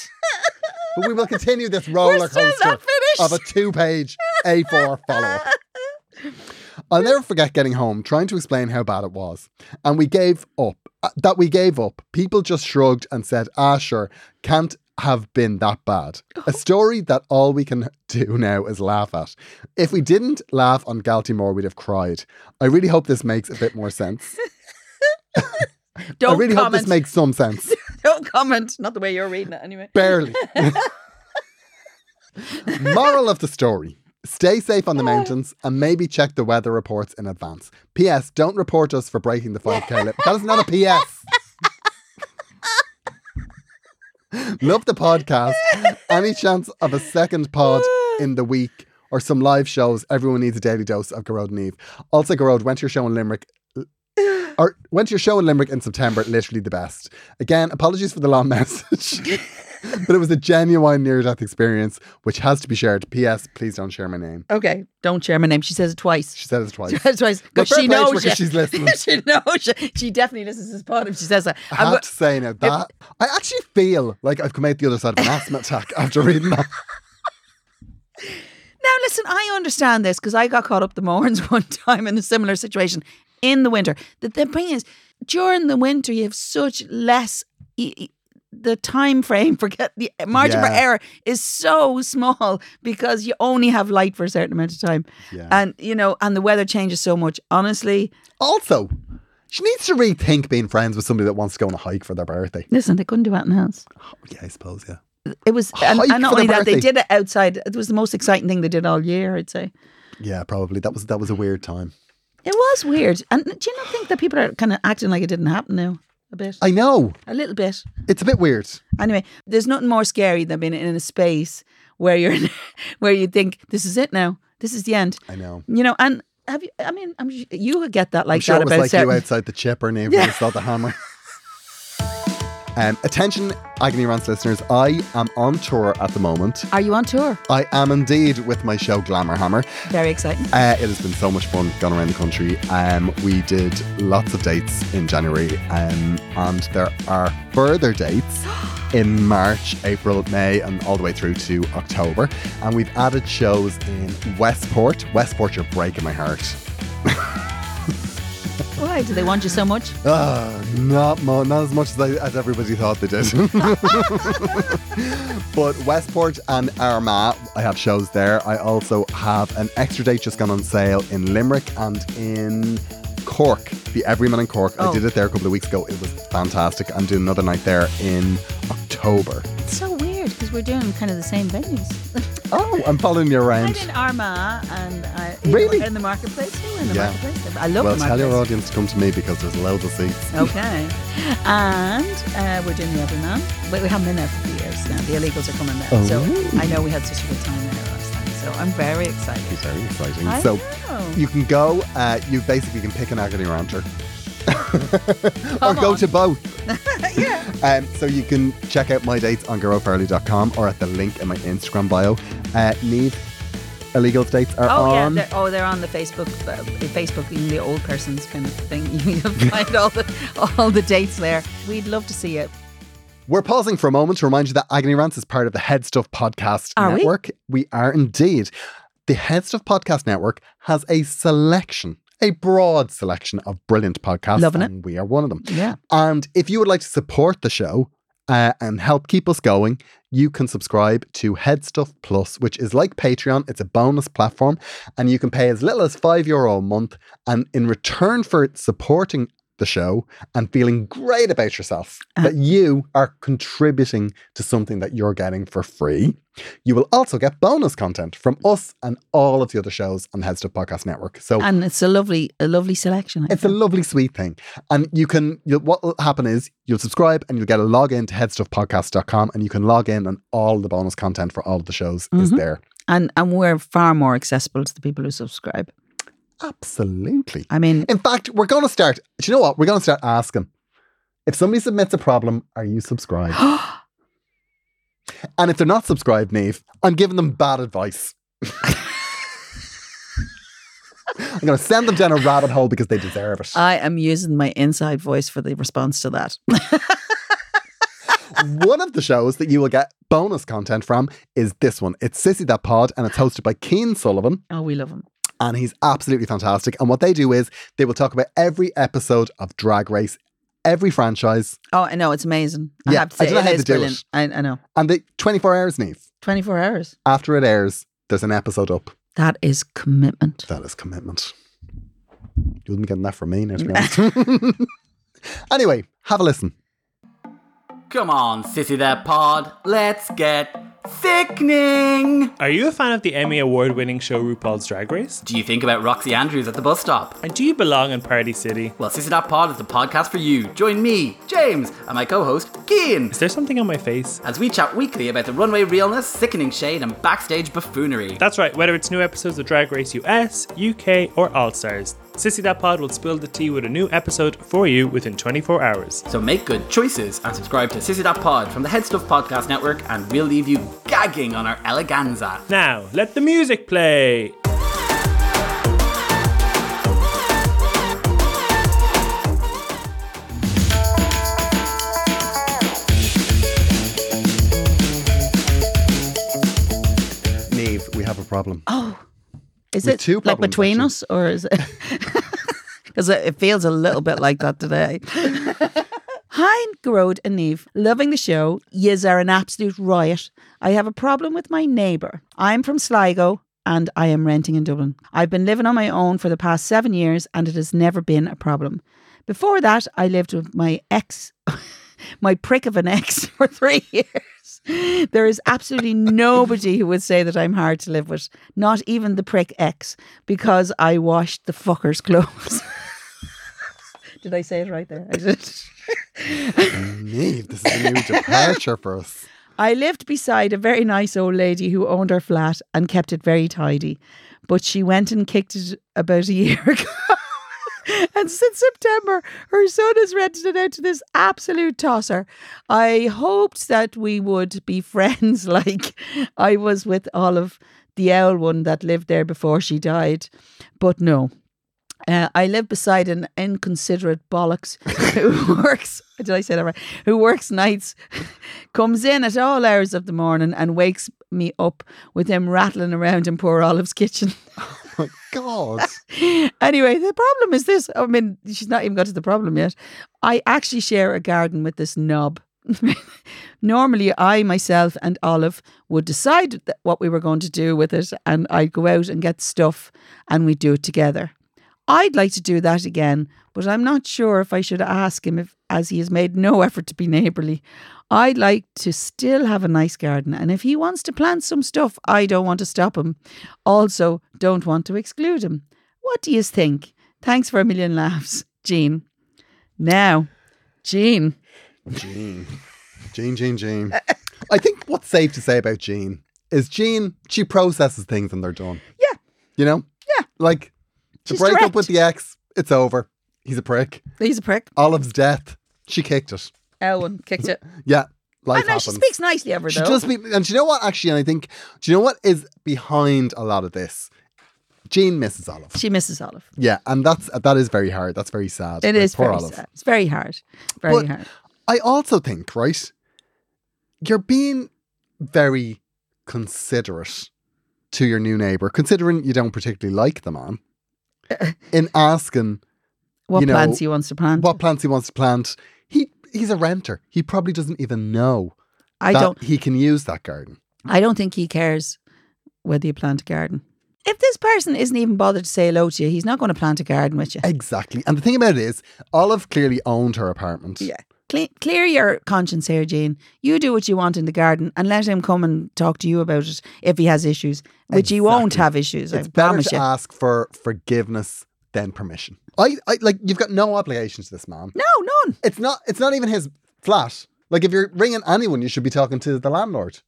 [SPEAKER 2] But we will continue this roller
[SPEAKER 3] still
[SPEAKER 2] coaster
[SPEAKER 3] not finished.
[SPEAKER 2] of a two page A4 follow up. I'll never forget getting home, trying to explain how bad it was. And we gave up. Uh, that we gave up. People just shrugged and said, ah, sure, can't have been that bad. A story that all we can do now is laugh at. If we didn't laugh on Galtimore, we'd have cried. I really hope this makes a bit more sense.
[SPEAKER 3] Don't
[SPEAKER 2] I really
[SPEAKER 3] comment.
[SPEAKER 2] hope this makes some sense.
[SPEAKER 3] Don't comment. Not the way you're reading it, anyway.
[SPEAKER 2] Barely. Moral of the story. Stay safe on the mountains and maybe check the weather reports in advance. P.S. Don't report us for breaking the 5K limit. That is not a P.S. Love the podcast. Any chance of a second pod in the week or some live shows? Everyone needs a daily dose of Garode and Eve. Also, Garode, went to your show in Limerick. Or went to your show in Limerick in September. Literally the best. Again, apologies for the long message, but it was a genuine near-death experience, which has to be shared. P.S. Please don't share my name.
[SPEAKER 3] Okay. Don't share my name. She says it twice.
[SPEAKER 2] She said it twice.
[SPEAKER 3] She says it twice
[SPEAKER 2] But
[SPEAKER 3] because
[SPEAKER 2] fair
[SPEAKER 3] she
[SPEAKER 2] play to her,
[SPEAKER 3] knows
[SPEAKER 2] 'cause
[SPEAKER 3] she-
[SPEAKER 2] she's listening.
[SPEAKER 3] she knows she, she definitely listens to this pod if she says that.
[SPEAKER 2] I
[SPEAKER 3] I'm
[SPEAKER 2] have
[SPEAKER 3] go-
[SPEAKER 2] to say now that I actually feel like I've come out the other side of an asthma attack after reading that.
[SPEAKER 3] Now, listen, I understand this because I got caught up the Mourns one time in a similar situation in the winter. The, the thing is, during the winter, you have such less. y- y- the time frame for get the margin for
[SPEAKER 2] Yeah.
[SPEAKER 3] error is so small because you only have light for a certain amount of time,
[SPEAKER 2] Yeah.
[SPEAKER 3] and you know, and the weather changes so much. Honestly,
[SPEAKER 2] Also, she needs to rethink being friends with somebody that wants to go on a hike for their birthday.
[SPEAKER 3] listen, they couldn't do anything else.
[SPEAKER 2] Yeah, I suppose, yeah.
[SPEAKER 3] It was, and,
[SPEAKER 2] Hike
[SPEAKER 3] and not
[SPEAKER 2] for
[SPEAKER 3] only
[SPEAKER 2] their
[SPEAKER 3] that, they
[SPEAKER 2] birthday.
[SPEAKER 3] did it outside. It was the most exciting thing they did all year, I'd say.
[SPEAKER 2] Yeah, probably. That was that was a weird time.
[SPEAKER 3] It was weird. And do you not think that people are kind of acting like it didn't happen now? A bit.
[SPEAKER 2] I know.
[SPEAKER 3] a little bit.
[SPEAKER 2] It's a bit weird.
[SPEAKER 3] Anyway, there's nothing more scary than being in a space where you're where you think this is it now. This is the end.
[SPEAKER 2] I know.
[SPEAKER 3] You know, and have you I mean, I'm, su- you would get that like
[SPEAKER 2] I'm sure
[SPEAKER 3] that
[SPEAKER 2] it was
[SPEAKER 3] about
[SPEAKER 2] like
[SPEAKER 3] certain
[SPEAKER 2] you outside the chipper and even when you saw the hammer. Um, attention, Agony Rants listeners. I am on tour at the moment.
[SPEAKER 3] Are you on tour?
[SPEAKER 2] I am indeed with my show Glamour Hammer.
[SPEAKER 3] Very exciting.
[SPEAKER 2] Uh, it has been so much fun gone around the country. Um, we did lots of dates in January, um, and there are further dates in March, April, May, and all the way through to October. And we've added shows in Westport. Westport, you're breaking my heart.
[SPEAKER 3] Why do they want you so much?
[SPEAKER 2] Ah, not mo- not as much as, I, as everybody thought they did. but Westport and Armagh, I have shows there. I also have an extra date just gone on sale in Limerick and in Cork, the Everyman in Cork. I
[SPEAKER 3] Oh.
[SPEAKER 2] did it there a couple of weeks ago. It was fantastic. I'm doing another night there in October.
[SPEAKER 3] It's so weird because we're doing kind of the same venues.
[SPEAKER 2] Oh, I'm following you
[SPEAKER 3] I'm
[SPEAKER 2] around.
[SPEAKER 3] in Armagh and I
[SPEAKER 2] Really?
[SPEAKER 3] in the marketplace too. In the
[SPEAKER 2] Yeah.
[SPEAKER 3] marketplace, I love
[SPEAKER 2] Well,
[SPEAKER 3] the
[SPEAKER 2] tell
[SPEAKER 3] marketplace.
[SPEAKER 2] your audience to come to me because there's loads of seats.
[SPEAKER 3] Okay. And uh, we're doing the other man. But we haven't been there for few years now. The illegals are coming there. So
[SPEAKER 2] Oh.
[SPEAKER 3] I know we had such a good time there last time. So I'm very excited.
[SPEAKER 2] It's very exciting.
[SPEAKER 3] I
[SPEAKER 2] Mm, so
[SPEAKER 3] know.
[SPEAKER 2] you can go, uh, you basically can pick an agony ranter. or go
[SPEAKER 3] on.
[SPEAKER 2] to both. yeah. Um, so you can check out my dates on girlfairly.com or at the link in my Instagram bio. Uh, Neve, illegal dates are
[SPEAKER 3] Oh yeah,
[SPEAKER 2] on.
[SPEAKER 3] they're, oh they're on the Facebook, uh, Facebook being the old person's kind of thing. You can find all the all the dates there. We'd love to see it.
[SPEAKER 2] We're pausing for a moment to remind you that Agony Rants is part of the Head Stuff Podcast
[SPEAKER 3] Are we?
[SPEAKER 2] Network. We? are indeed. The Head Stuff Podcast Network has a selection, a broad selection of brilliant podcasts.
[SPEAKER 3] Loving it.
[SPEAKER 2] and We are one of them.
[SPEAKER 3] Yeah.
[SPEAKER 2] And if you would like to support the show uh, and help keep us going, you can subscribe to Headstuff Plus, which is like Patreon. It's a bonus platform, and you can pay as little as five euro a month. And in return for supporting the show and feeling great about yourself that you are contributing to something that you're getting for free. You will also get bonus content from us and all of the other shows on the Headstuff Podcast Network. So
[SPEAKER 3] And it's a lovely, a lovely selection. I
[SPEAKER 2] it's a lovely, sweet thing. And you can, you'll, what will happen is you'll subscribe and you'll get a login to headstuffpodcast.com and you can log in and all the bonus content for all of the shows is there.
[SPEAKER 3] and and we're far more accessible to the people who subscribe.
[SPEAKER 2] Absolutely.
[SPEAKER 3] I mean,
[SPEAKER 2] In fact, we're going to start, do you know what? We're going to start asking if somebody submits a problem, are you subscribed? and if they're not subscribed, Neve, I'm giving them bad advice. I'm going to send them down a rabbit hole because they deserve it.
[SPEAKER 3] I am using my inside voice for the response to that.
[SPEAKER 2] one of the shows that you will get bonus content from is this one. It's Sissy That Pod, and it's hosted by Keen Sullivan,
[SPEAKER 3] oh, we love them.
[SPEAKER 2] and he's absolutely fantastic. And what they do is they will talk about every episode of Drag Race, every franchise,
[SPEAKER 3] Oh, I know it's amazing. I
[SPEAKER 2] Yeah,
[SPEAKER 3] have to say,
[SPEAKER 2] I don't know how
[SPEAKER 3] it
[SPEAKER 2] they
[SPEAKER 3] is
[SPEAKER 2] do it.
[SPEAKER 3] brilliant. I, I know.
[SPEAKER 2] and they 24 hours, Neve.
[SPEAKER 3] Twenty four hours.
[SPEAKER 2] After it airs, there's an episode up.
[SPEAKER 3] That is commitment.
[SPEAKER 2] That is commitment. You wouldn't be getting that from me now, to be honest. anyway, have a listen.
[SPEAKER 4] Come on, sissy that pod, let's get sickening!
[SPEAKER 5] Are you a fan of the Emmy award winning show RuPaul's Drag Race?
[SPEAKER 4] Do you think about Roxy Andrews at the bus stop?
[SPEAKER 5] And do you belong in Party City?
[SPEAKER 4] Well, sissy that pod is the podcast for you. Join me, James, and my co-host, Kean,
[SPEAKER 5] Is there something on my face?
[SPEAKER 4] as we chat weekly about the runway realness, sickening shade, and backstage buffoonery.
[SPEAKER 5] That's right, whether it's new episodes of Drag Race US, UK, or All Stars, Sissy That Pod will spill the tea with a new episode for you within 24 hours.
[SPEAKER 4] So make good choices and subscribe to sissy that pod from the Head Stuff Podcast Network, and we'll leave you gagging on our eleganza.
[SPEAKER 5] Now, let the music play!
[SPEAKER 2] Neve, we have a problem.
[SPEAKER 3] Is
[SPEAKER 2] We've
[SPEAKER 3] it
[SPEAKER 2] two
[SPEAKER 3] like
[SPEAKER 2] problems,
[SPEAKER 3] between
[SPEAKER 2] actually.
[SPEAKER 3] us, or is it? Because it it feels a little bit like that today. Hi, Garode and Neve. Loving the show. Yous are an absolute riot. I have a problem with my neighbour. I'm from Sligo and I am renting in Dublin. I've been living on my own for the past seven years and it has never been a problem. Before that, I lived with my ex, my prick of an ex, for three years. There is absolutely nobody who would say that I'm hard to live with, not even the prick ex, because I washed the fucker's clothes. Did I say it right there? I did.
[SPEAKER 2] Neve, this is a new departure for us.
[SPEAKER 3] I lived beside a very nice old lady who owned her flat and kept it very tidy, but she went and kicked it about a year ago. and since September, her son has rented it out to this absolute tosser. I hoped that we would be friends like I was with Olive, the owl one that lived there before she died, but no. Uh, I live beside an inconsiderate bollocks who works. Did I say that right? Who works nights, comes in at all hours of the morning, and wakes me up with him rattling around in poor Olive's kitchen.
[SPEAKER 2] My God.
[SPEAKER 3] anyway, the problem is this. I mean, she's not even got to the problem yet. I actually share a garden with this knob. Normally, I myself and Olive would decide that what we were going to do with it, and I'd go out and get stuff, and we'd do it together. I'd like to do that again, but I'm not sure if I should ask him if, as he has made no effort to be neighbourly. I'd like to still have a nice garden, and if he wants to plant some stuff, I don't want to stop him. Also, don't want to exclude him. What do you think? Thanks for a million laughs, Jean. Now, Jean,
[SPEAKER 2] Jean. Jean, Jean, Jean. I think what's safe to say about Jean is Jean, she processes things and they're done.
[SPEAKER 3] Yeah.
[SPEAKER 2] You know?
[SPEAKER 3] Yeah.
[SPEAKER 2] Like, the
[SPEAKER 3] She's
[SPEAKER 2] breakup
[SPEAKER 3] direct.
[SPEAKER 2] with the ex, it's over. He's a prick.
[SPEAKER 3] he's a prick.
[SPEAKER 2] Olive's death, she kicked it.
[SPEAKER 3] Elwyn kicked it.
[SPEAKER 2] Yeah.
[SPEAKER 3] I
[SPEAKER 2] Life
[SPEAKER 3] know
[SPEAKER 2] happens.
[SPEAKER 3] she speaks nicely of her
[SPEAKER 2] She
[SPEAKER 3] though.
[SPEAKER 2] does be, and do you know what? Actually, and I think, do you know what is behind a lot of this? Jean misses Olive.
[SPEAKER 3] she misses Olive.
[SPEAKER 2] Yeah, and that's that is very hard. That's very sad.
[SPEAKER 3] It
[SPEAKER 2] Like,
[SPEAKER 3] is
[SPEAKER 2] poor
[SPEAKER 3] very
[SPEAKER 2] Olive.
[SPEAKER 3] sad. It's very hard. Very
[SPEAKER 2] But-
[SPEAKER 3] hard.
[SPEAKER 2] I also think, right, you're being very considerate to your new neighbour, considering you don't particularly like the man, in asking
[SPEAKER 3] What
[SPEAKER 2] you know,
[SPEAKER 3] plants he wants to plant?
[SPEAKER 2] what plants he wants to plant. He he's a renter. He probably doesn't even know
[SPEAKER 3] I
[SPEAKER 2] that
[SPEAKER 3] don't.
[SPEAKER 2] he can use that garden.
[SPEAKER 3] I don't think he cares whether you plant a garden. if this person isn't even bothered to say hello to you, he's not going to plant a garden with you.
[SPEAKER 2] Exactly. And the thing about it is, Olive clearly owned her apartment.
[SPEAKER 3] Yeah. Cle clear your conscience here, Jane. You do what you want in the garden and let him come and talk to you about it if he has issues, which he won't
[SPEAKER 2] Exactly.
[SPEAKER 3] have issues,
[SPEAKER 2] It's
[SPEAKER 3] I
[SPEAKER 2] better
[SPEAKER 3] promise
[SPEAKER 2] to
[SPEAKER 3] you.
[SPEAKER 2] ask for forgiveness than permission. I, I like you've got no obligation to this man.
[SPEAKER 3] no, none.
[SPEAKER 2] It's not it's not even his flat. Like if you're ringing anyone, you should be talking to the landlord.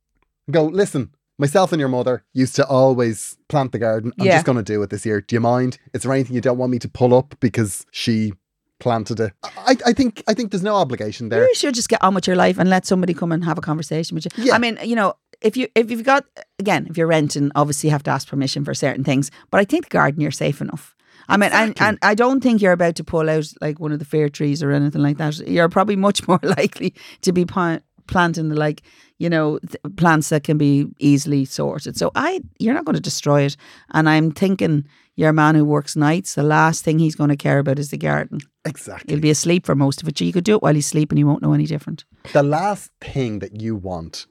[SPEAKER 2] Go, listen, myself and your mother used to always plant the garden. I'm
[SPEAKER 3] Yeah.
[SPEAKER 2] just gonna do it this year. Do you mind? Is there anything you don't want me to pull up because she planted it? I, I think I think there's no obligation there.
[SPEAKER 3] You should just get on with your life and let somebody come and have a conversation with you.
[SPEAKER 2] Yeah.
[SPEAKER 3] I mean, you know, if you if you've got again, if you're renting, obviously you have to ask permission for certain things. But I think the garden you're safe enough. I mean, and, and I don't think you're about to pull out like one of the fair trees or anything like that. You're probably much more likely to be plant, planting the like, you know, th- plants that can be easily sorted. So I, you're not going to destroy it. And I'm thinking your man who works nights, the last thing he's going to care about is the garden.
[SPEAKER 2] Exactly.
[SPEAKER 3] He'll be asleep for most of it. So you could do it while he's sleeping. He won't know any different.
[SPEAKER 2] the last thing that you want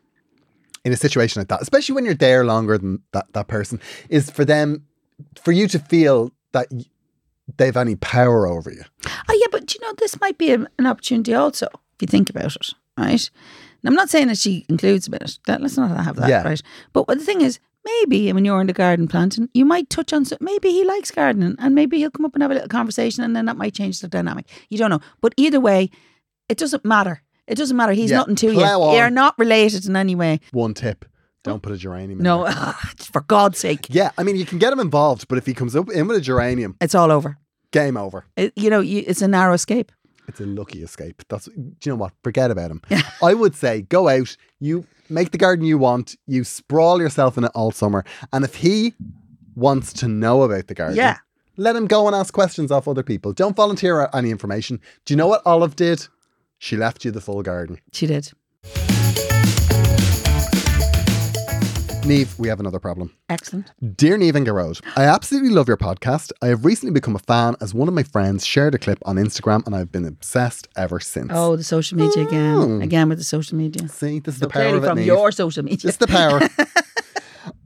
[SPEAKER 2] in a situation like that, especially when you're there longer than that, that person, is for them, for you to feel that y- they've any power over you.
[SPEAKER 3] Oh, yeah, but you know, this might be an an opportunity also, if you think about it, right? And I'm not saying that she includes a bit. That, let's not have that,
[SPEAKER 2] Yeah.
[SPEAKER 3] right? But what the thing is, maybe when you're in the garden planting, you might touch on, some- maybe he likes gardening and maybe he'll come up and have a little conversation and then that might change the dynamic. You don't know. But either way, it doesn't matter. It doesn't matter. He's
[SPEAKER 2] Yeah,
[SPEAKER 3] nothing to you.
[SPEAKER 2] plough on.
[SPEAKER 3] You're not related in any way.
[SPEAKER 2] One tip: don't put a geranium. in
[SPEAKER 3] Oh. No,
[SPEAKER 2] there.
[SPEAKER 3] for God's sake,
[SPEAKER 2] Yeah, I mean you can get him involved, but if he comes up in with a geranium,
[SPEAKER 3] it's all over.
[SPEAKER 2] game over.
[SPEAKER 3] It, you know, you, it's a narrow escape.
[SPEAKER 2] It's a lucky escape. That's do you know what? Forget about him. I would say go out, you make the garden you want, you sprawl yourself in it all summer, and if he wants to know about the garden,
[SPEAKER 3] Yeah.
[SPEAKER 2] let him go and ask questions off other people. Don't volunteer any information. Do you know what Olive did? She left you the full garden.
[SPEAKER 3] She did.
[SPEAKER 2] Neve, we have another problem.
[SPEAKER 3] Excellent.
[SPEAKER 2] Dear Neve and Garode, I absolutely love your podcast. I have recently become a fan as one of my friends shared a clip on Instagram and I've been obsessed ever since.
[SPEAKER 3] Oh, the social media again.
[SPEAKER 2] Mm.
[SPEAKER 3] Again with the social media.
[SPEAKER 2] See, this is
[SPEAKER 3] So
[SPEAKER 2] the power
[SPEAKER 3] clearly
[SPEAKER 2] of it,
[SPEAKER 3] from
[SPEAKER 2] Niamh.
[SPEAKER 3] your social media.
[SPEAKER 2] It's the power.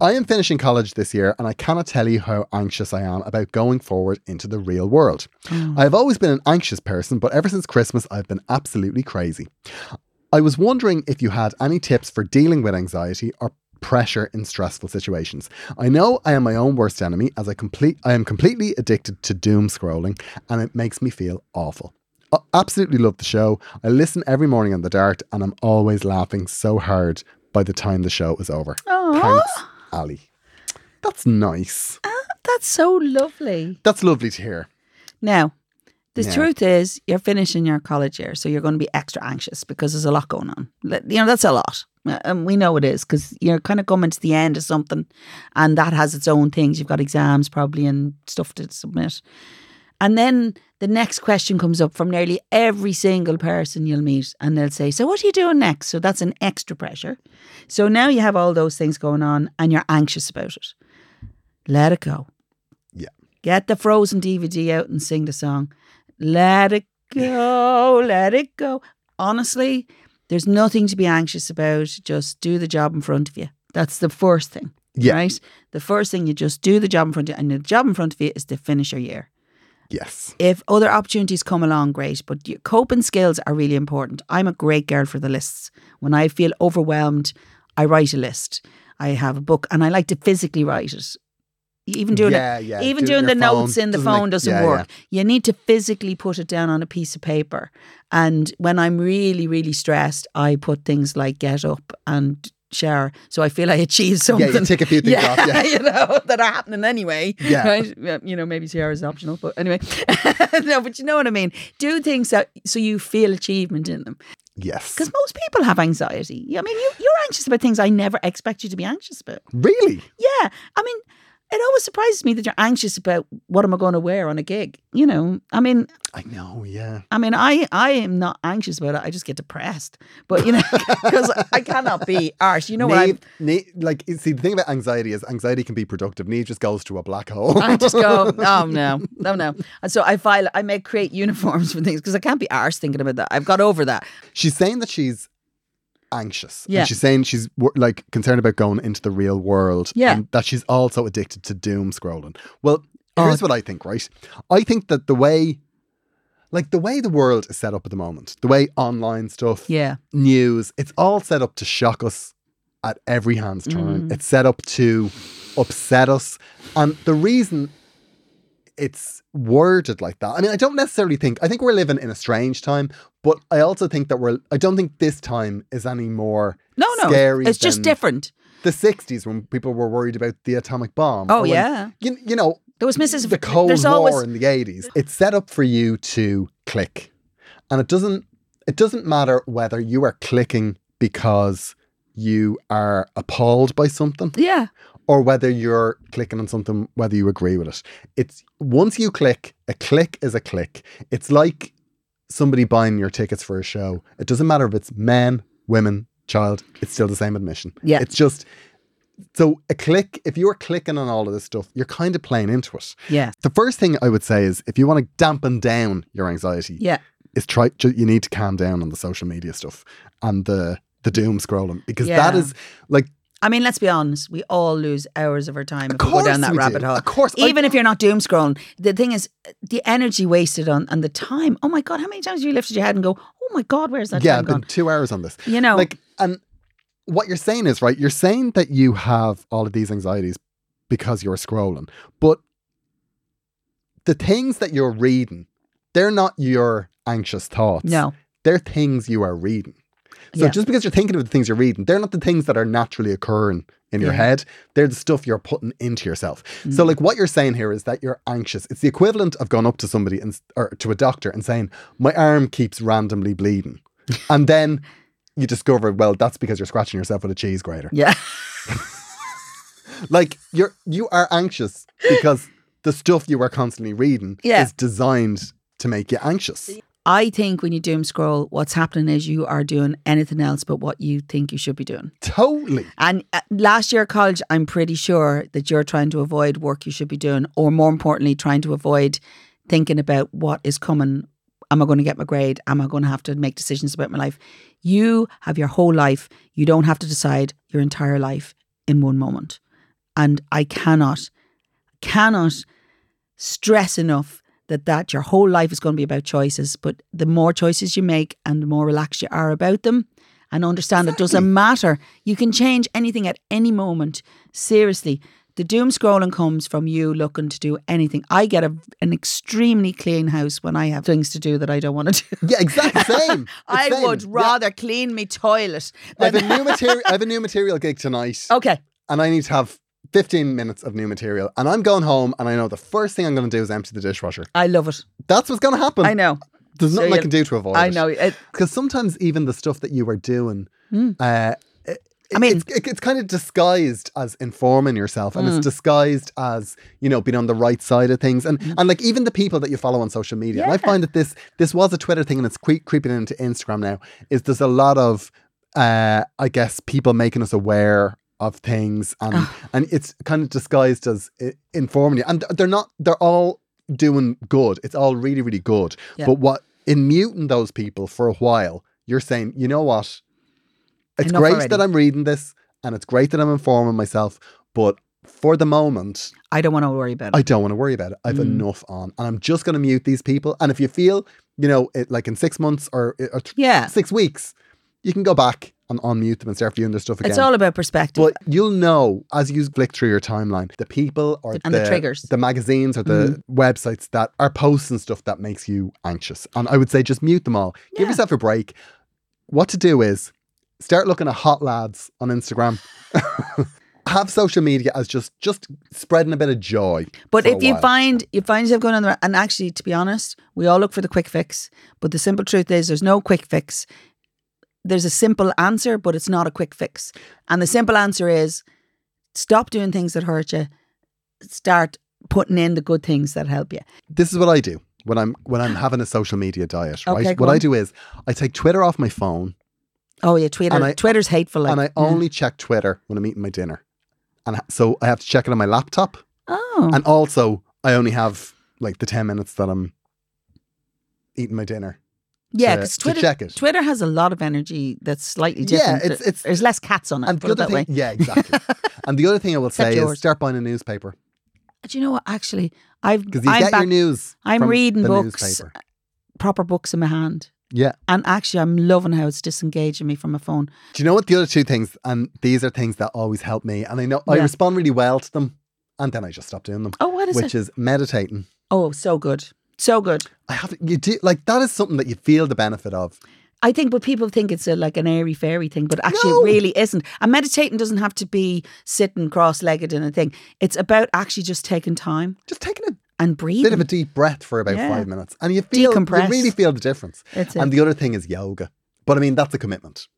[SPEAKER 2] I am finishing college this year, and I cannot tell you how anxious I am about going forward into the real world.
[SPEAKER 3] Hmm.
[SPEAKER 2] I've always been an anxious person, but ever since Christmas, I've been absolutely crazy. I was wondering if you had any tips for dealing with anxiety or pressure in stressful situations. I know I am my own worst enemy as I complete I am completely addicted to doom scrolling and it makes me feel awful. I absolutely love the show. I listen every morning on the dart and I'm always laughing so hard by the time the show is over. Thanks, Ali. That's nice.
[SPEAKER 3] That's so lovely.
[SPEAKER 2] That's lovely to hear.
[SPEAKER 3] Now, the
[SPEAKER 2] Yeah.
[SPEAKER 3] truth is, you're finishing your college year, so you're going to be extra anxious because there's a lot going on. Like, You know, that's a lot. Uh, And we know it is because you're kind of coming to the end of something, and that has its own things. You've got exams probably and stuff to submit. And then the next question comes up from nearly every single person you'll meet, and they'll say, So, what are you doing next? So, that's an extra pressure. So, now you have all those things going on, and you're anxious about it. Let it go.
[SPEAKER 2] Yeah.
[SPEAKER 3] Get the frozen DVD out and sing the song. Let it go. let it go. Honestly, there's nothing to be anxious about. Just do the job in front of you. That's the first thing.
[SPEAKER 2] Yeah.
[SPEAKER 3] Right? The first thing you just do the job in front of you, and the job in front of you is to finish your year
[SPEAKER 2] Yes.
[SPEAKER 3] if other opportunities come along, great. But your coping skills are really important. I'm a great girl for the lists. When I feel overwhelmed, I write a list. I have a book, and I like to physically write it. E, Even doing
[SPEAKER 2] Yeah,
[SPEAKER 3] it,
[SPEAKER 2] yeah,
[SPEAKER 3] even
[SPEAKER 2] doing
[SPEAKER 3] doing,
[SPEAKER 2] your
[SPEAKER 3] the
[SPEAKER 2] phone
[SPEAKER 3] notes in the
[SPEAKER 2] doesn't
[SPEAKER 3] phone
[SPEAKER 2] make-
[SPEAKER 3] doesn't
[SPEAKER 2] yeah,
[SPEAKER 3] work. You need to physically put it down on a piece of paper. And when I'm really, really stressed, I put things like get up and shower, so I feel I achieved
[SPEAKER 2] Yeah,
[SPEAKER 3] something.
[SPEAKER 2] you take a few things off. Yeah.
[SPEAKER 3] you know, that are happening anyway.
[SPEAKER 2] Yeah.
[SPEAKER 3] Right? Yeah, You know, maybe CR is optional, but anyway. no, but you know what I mean. Do things that, so you feel achievement in them.
[SPEAKER 2] Yes.
[SPEAKER 3] Because most people have anxiety. Yeah, I mean, you, you're anxious about things I never expect you to be anxious about.
[SPEAKER 2] Really?
[SPEAKER 3] Yeah. I mean, it always surprises me that you're anxious about what am I going to wear on a gig. You know, I mean,
[SPEAKER 2] I know, yeah.
[SPEAKER 3] I mean, I I am not anxious about it. I just get depressed. But you know, because I cannot be arse. You know what? I'm,
[SPEAKER 2] Neve, Neve- like, see, the thing about anxiety is anxiety can be productive. Neve just goes to a black hole.
[SPEAKER 3] I just go, oh no, no, no. And so I file, I make create uniforms for things because I can't be arsed thinking about that. I've got over that.
[SPEAKER 2] She's saying that she's anxious.
[SPEAKER 3] Yeah.
[SPEAKER 2] And she's saying she's wor- like concerned about going into the real world.
[SPEAKER 3] Yeah.
[SPEAKER 2] And that she's also addicted to doom scrolling. Well, here's what I think, right? I think that the way, like the way the world is set up at the moment, the way online stuff,
[SPEAKER 3] Yeah.
[SPEAKER 2] news, it's all set up to shock us at every hand's
[SPEAKER 3] Mm.
[SPEAKER 2] turn. It's set up to upset us. And the reason it's worded like that. I mean, I don't necessarily think, I think we're living in a strange time, but I also think that we're, I don't think this time is any more
[SPEAKER 3] No, no.
[SPEAKER 2] scary.
[SPEAKER 3] it's just
[SPEAKER 2] than
[SPEAKER 3] different.
[SPEAKER 2] The 60s when people were worried about the atomic bomb.
[SPEAKER 3] Oh,
[SPEAKER 2] Or when-
[SPEAKER 3] yeah.
[SPEAKER 2] You, you know,
[SPEAKER 3] There was Mrs.
[SPEAKER 2] the Cold
[SPEAKER 3] there's
[SPEAKER 2] War
[SPEAKER 3] always
[SPEAKER 2] in the 80s. It's set up for you to click. And it doesn't it doesn't matter whether you are clicking because you are appalled by something
[SPEAKER 3] yeah.
[SPEAKER 2] or whether you're clicking on something whether you agree with it. It's once you click, a click is a click. It's like somebody buying your tickets for a show. It doesn't matter if it's men, women, child, it's still the same admission.
[SPEAKER 3] Yeah.
[SPEAKER 2] It's just so a click, if you're clicking on all of this stuff, you're kind of playing into it.
[SPEAKER 3] Yeah.
[SPEAKER 2] The first thing I would say is if you want to dampen down your anxiety,
[SPEAKER 3] Yeah.
[SPEAKER 2] is try ju- you need to calm down on the social media stuff and the the doom scrolling because that
[SPEAKER 3] Yeah.
[SPEAKER 2] is like
[SPEAKER 3] I mean, let's be honest. We all lose hours of our time if
[SPEAKER 2] Of
[SPEAKER 3] we go down
[SPEAKER 2] course
[SPEAKER 3] that
[SPEAKER 2] we
[SPEAKER 3] rabbit
[SPEAKER 2] do.
[SPEAKER 3] hole.
[SPEAKER 2] Of course, I-
[SPEAKER 3] even if you're not doom scrolling, the thing is, the energy wasted on and the time. Oh my god, how many times have you lifted your head and go, "Oh my god, where's that
[SPEAKER 2] yeah,
[SPEAKER 3] time
[SPEAKER 2] I've been
[SPEAKER 3] gone?"
[SPEAKER 2] two hours on this.
[SPEAKER 3] You know.
[SPEAKER 2] like and what you're saying is right. You're saying that you have all of these anxieties because you're scrolling, but the things that you're reading, they're not your anxious thoughts.
[SPEAKER 3] No.
[SPEAKER 2] they're things you are reading. So
[SPEAKER 3] Yeah.
[SPEAKER 2] just because you're thinking of the things you're reading, they're not the things that are naturally occurring in your
[SPEAKER 3] Yeah. Mm.
[SPEAKER 2] head. They're the stuff you're putting into yourself. So like what you're saying here is that you're anxious. It's the equivalent of going up to somebody and s- or to a doctor and saying, "My arm keeps randomly bleeding," and then you discover, well, that's because you're scratching yourself with a cheese grater.
[SPEAKER 3] Yeah.
[SPEAKER 2] Like you're you are anxious because the stuff you are constantly reading
[SPEAKER 3] Yeah.
[SPEAKER 2] is designed to make you anxious.
[SPEAKER 3] I think when you doom scroll, what's happening is you are doing anything else but what you think you should be doing.
[SPEAKER 2] Totally.
[SPEAKER 3] And uh, last year of college, I'm pretty sure that you're trying to avoid work you should be doing, or more importantly, trying to avoid thinking about what is coming. Am I going to get my grade? Am I going to have to make decisions about my life? You have your whole life. You don't have to decide your entire life in one moment. And I cannot, cannot stress enough that that your whole life is going to be about choices. But the more choices you make and the more relaxed you are about them, and understand it doesn't matter. You can change anything at any moment. Seriously, the doom scrolling comes from you looking to do anything. I get a, an extremely clean house when I have things to do that I don't want to do.
[SPEAKER 2] Yeah, exact same.
[SPEAKER 3] I
[SPEAKER 2] Same.
[SPEAKER 3] would
[SPEAKER 2] Yeah.
[SPEAKER 3] rather clean me toilet.
[SPEAKER 2] I have
[SPEAKER 3] Than
[SPEAKER 2] a new material. I have a new material gig tonight,
[SPEAKER 3] okay.
[SPEAKER 2] and I need to have fifteen minutes of new material. And I'm going home, and I know the first thing I'm going to do is empty the dishwasher.
[SPEAKER 3] I love it.
[SPEAKER 2] That's what's going to happen.
[SPEAKER 3] I know.
[SPEAKER 2] There's
[SPEAKER 3] So
[SPEAKER 2] nothing I
[SPEAKER 3] you'll-
[SPEAKER 2] can do to avoid.
[SPEAKER 3] I know. It,
[SPEAKER 2] Because sometimes even the stuff that you are doing, uh, it-
[SPEAKER 3] I mean-
[SPEAKER 2] it's, it- it's kind of disguised as informing yourself,
[SPEAKER 3] Mm.
[SPEAKER 2] and it's disguised as you know being on the right side of things, and
[SPEAKER 3] Mm.
[SPEAKER 2] and like even the people that you follow on social media. And I find that this this was a Twitter thing, and it's cre- creeping into Instagram now. Is there's a lot of, uh, I guess, people making us aware of things, and and it's kind of disguised as uh, informing you, and they're not. They're all doing good. It's all really really good,
[SPEAKER 3] Yeah.
[SPEAKER 2] but what in muting those people for a while, you're saying, you know what? It's
[SPEAKER 3] Enough
[SPEAKER 2] great
[SPEAKER 3] already.
[SPEAKER 2] that I'm reading this and it's great that I'm informing myself, but for the moment,
[SPEAKER 3] I don't want to worry about it.
[SPEAKER 2] I don't want to worry about it. I've
[SPEAKER 3] Mm.
[SPEAKER 2] enough on and I'm just going to mute these people. And if you feel, you know, it, like in six months or, or th-
[SPEAKER 3] yeah.
[SPEAKER 2] six weeks, you can go back and unmute them and start viewing their stuff again.
[SPEAKER 3] It's all about perspective.
[SPEAKER 2] But you'll know as you flick through your timeline, the people or
[SPEAKER 3] And the triggers.
[SPEAKER 2] the magazines or the websites that are posting stuff that makes you anxious. And I would say just mute them all. Give
[SPEAKER 3] Yeah.
[SPEAKER 2] yourself a break. What to do is start looking at hot lads on Instagram. Have social media as just just spreading a bit of joy.
[SPEAKER 3] But
[SPEAKER 2] for a
[SPEAKER 3] if you
[SPEAKER 2] while.
[SPEAKER 3] find you find yourself going on the ra- and actually, to be honest, we all look for the quick fix. But the simple truth is, there's no quick fix. There's a simple answer, but it's not a quick fix. And the simple answer is, stop doing things that hurt you. Start putting in the good things that help you.
[SPEAKER 2] this is what I do when I'm when I'm having a social media diet, right?
[SPEAKER 3] Okay, go
[SPEAKER 2] what I
[SPEAKER 3] on.
[SPEAKER 2] do is I take Twitter off my phone
[SPEAKER 3] Oh yeah, Twitter.
[SPEAKER 2] And I- uh,
[SPEAKER 3] Twitter's hateful. Like,
[SPEAKER 2] and I only check Twitter when I'm eating my dinner. And I- so I have to check it on my laptop.
[SPEAKER 3] oh,
[SPEAKER 2] And also, I only have like the 10 minutes that I'm eating my dinner
[SPEAKER 3] Yeah,
[SPEAKER 2] to-
[SPEAKER 3] because
[SPEAKER 2] to
[SPEAKER 3] Twitter,
[SPEAKER 2] check it.
[SPEAKER 3] Twitter has a lot of energy that's slightly
[SPEAKER 2] Yeah,
[SPEAKER 3] different.
[SPEAKER 2] it's- it's-
[SPEAKER 3] There's less cats on it,
[SPEAKER 2] And
[SPEAKER 3] put
[SPEAKER 2] the
[SPEAKER 3] it that
[SPEAKER 2] other
[SPEAKER 3] way.
[SPEAKER 2] thing, yeah, exactly. and the other thing I will
[SPEAKER 3] Except
[SPEAKER 2] say
[SPEAKER 3] yours.
[SPEAKER 2] is start buying a newspaper
[SPEAKER 3] Do you know what? Actually, I've
[SPEAKER 2] because you
[SPEAKER 3] I'm
[SPEAKER 2] get
[SPEAKER 3] back,
[SPEAKER 2] your news.
[SPEAKER 3] I'm
[SPEAKER 2] from
[SPEAKER 3] reading
[SPEAKER 2] the
[SPEAKER 3] books.
[SPEAKER 2] Newspaper.
[SPEAKER 3] proper books in my hand.
[SPEAKER 2] Yeah.
[SPEAKER 3] And actually, I'm loving how it's disengaging me from my phone.
[SPEAKER 2] Do you know what the other two things? And these are things that always help me, and I know I
[SPEAKER 3] Yeah.
[SPEAKER 2] respond really well to them, and then I just stop doing them,
[SPEAKER 3] Oh, what is
[SPEAKER 2] which
[SPEAKER 3] it?
[SPEAKER 2] is meditating.
[SPEAKER 3] oh, so good. So good.
[SPEAKER 2] I have you do like that is something that you feel the benefit of.
[SPEAKER 3] I think, but people think it's a, like an airy fairy thing, but actually,
[SPEAKER 2] No.
[SPEAKER 3] it really isn't. And meditating doesn't have to be sitting cross legged in a thing, it's about actually just taking time
[SPEAKER 2] Just taking a
[SPEAKER 3] and
[SPEAKER 2] bit
[SPEAKER 3] breathing.
[SPEAKER 2] of a deep breath for about
[SPEAKER 3] Yeah.
[SPEAKER 2] five minutes, and you feel
[SPEAKER 3] Decompress.
[SPEAKER 2] you really feel the difference.
[SPEAKER 3] That's it.
[SPEAKER 2] And the other thing is yoga, but I mean that's a commitment.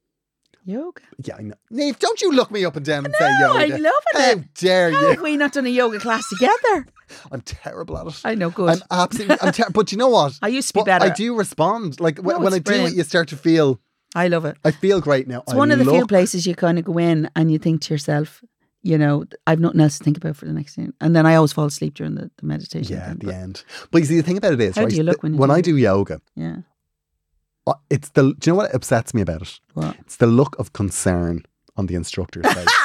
[SPEAKER 3] Yoga.
[SPEAKER 2] Yeah, I know. Neve, don't you look me up and down and say
[SPEAKER 3] No,
[SPEAKER 2] yoga?
[SPEAKER 3] I'm loving
[SPEAKER 2] How
[SPEAKER 3] it.
[SPEAKER 2] dare
[SPEAKER 3] How have
[SPEAKER 2] you?
[SPEAKER 3] we not done a yoga class together?
[SPEAKER 2] I'm terrible at it.
[SPEAKER 3] I know, good.
[SPEAKER 2] I'm absolutely. I'm ter- but you know what?
[SPEAKER 3] I used to be
[SPEAKER 2] But I
[SPEAKER 3] better.
[SPEAKER 2] do respond. Like when,
[SPEAKER 3] No,
[SPEAKER 2] when
[SPEAKER 3] it's
[SPEAKER 2] I do
[SPEAKER 3] brilliant.
[SPEAKER 2] it, you start to feel.
[SPEAKER 3] I love it.
[SPEAKER 2] I feel great now.
[SPEAKER 3] It's
[SPEAKER 2] I
[SPEAKER 3] one of the few
[SPEAKER 2] look-
[SPEAKER 3] places you kind of go in and you think to yourself, you know, I've nothing else to think about for the next thing. And then I always fall asleep during the, the meditation.
[SPEAKER 2] Yeah,
[SPEAKER 3] thing,
[SPEAKER 2] at the
[SPEAKER 3] but-
[SPEAKER 2] end. But you see, the thing about it is,
[SPEAKER 3] How do
[SPEAKER 2] right,
[SPEAKER 3] you look
[SPEAKER 2] that
[SPEAKER 3] when you
[SPEAKER 2] when
[SPEAKER 3] do
[SPEAKER 2] I
[SPEAKER 3] it?
[SPEAKER 2] do yoga,
[SPEAKER 3] Yeah.
[SPEAKER 2] uh, it's the. Do you know what upsets me about it?
[SPEAKER 3] What?
[SPEAKER 2] It's the look of concern on the instructor's face.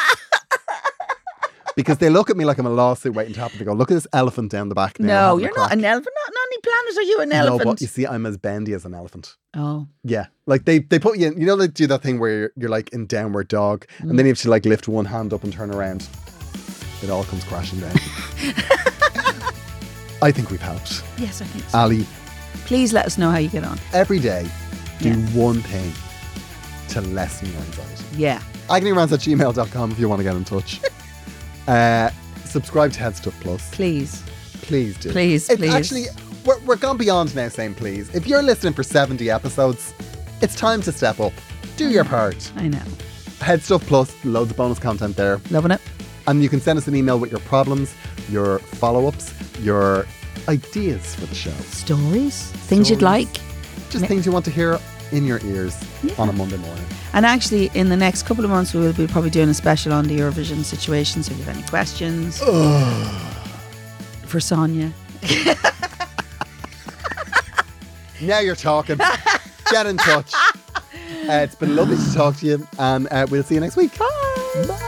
[SPEAKER 2] Because they look at me like I'm a lawsuit waiting to happen. They go, look at this elephant down the back. Now
[SPEAKER 3] No,
[SPEAKER 2] having a
[SPEAKER 3] you're not
[SPEAKER 2] crack."
[SPEAKER 3] an elephant. Not on any planet are you an
[SPEAKER 2] No,
[SPEAKER 3] elephant?
[SPEAKER 2] but you see, I'm as bendy as an elephant.
[SPEAKER 3] oh,
[SPEAKER 2] Yeah, like they they put you in. You know they do that thing where you're, you're like in downward dog,
[SPEAKER 3] Mm.
[SPEAKER 2] and then you have to like lift one hand up and turn around. It all comes crashing down. I think we've helped,
[SPEAKER 3] yes, I think so.
[SPEAKER 2] Ali.
[SPEAKER 3] Please let us know how you get on.
[SPEAKER 2] Every day, do
[SPEAKER 3] Yeah.
[SPEAKER 2] one thing to lessen your anxiety.
[SPEAKER 3] Yeah.
[SPEAKER 2] Agonyrants at gmail.com if you want to get in touch. uh, subscribe to Head Stuff Plus.
[SPEAKER 3] Please.
[SPEAKER 2] Please do.
[SPEAKER 3] Please,
[SPEAKER 2] it's
[SPEAKER 3] please.
[SPEAKER 2] Actually, we're, we're gone beyond now saying please. If you're listening for 70 episodes, it's time to step up. Do
[SPEAKER 3] Mm.
[SPEAKER 2] your part.
[SPEAKER 3] I know.
[SPEAKER 2] Head Stuff Plus, loads of bonus content there.
[SPEAKER 3] Loving it.
[SPEAKER 2] And you can send us an email with your problems, your follow ups, your ideas for the show.
[SPEAKER 3] Stories. Things you'd like.
[SPEAKER 2] Just things you want to hear in your ears on a Monday morning.
[SPEAKER 3] And actually, in the next couple of months, we will be probably doing a special on the Eurovision situation. So if you have any questions for Sonia,
[SPEAKER 2] Now you're talking. Get in touch. Uh, it's been lovely to talk to you, and uh, we'll see you next week. Bye. Bye.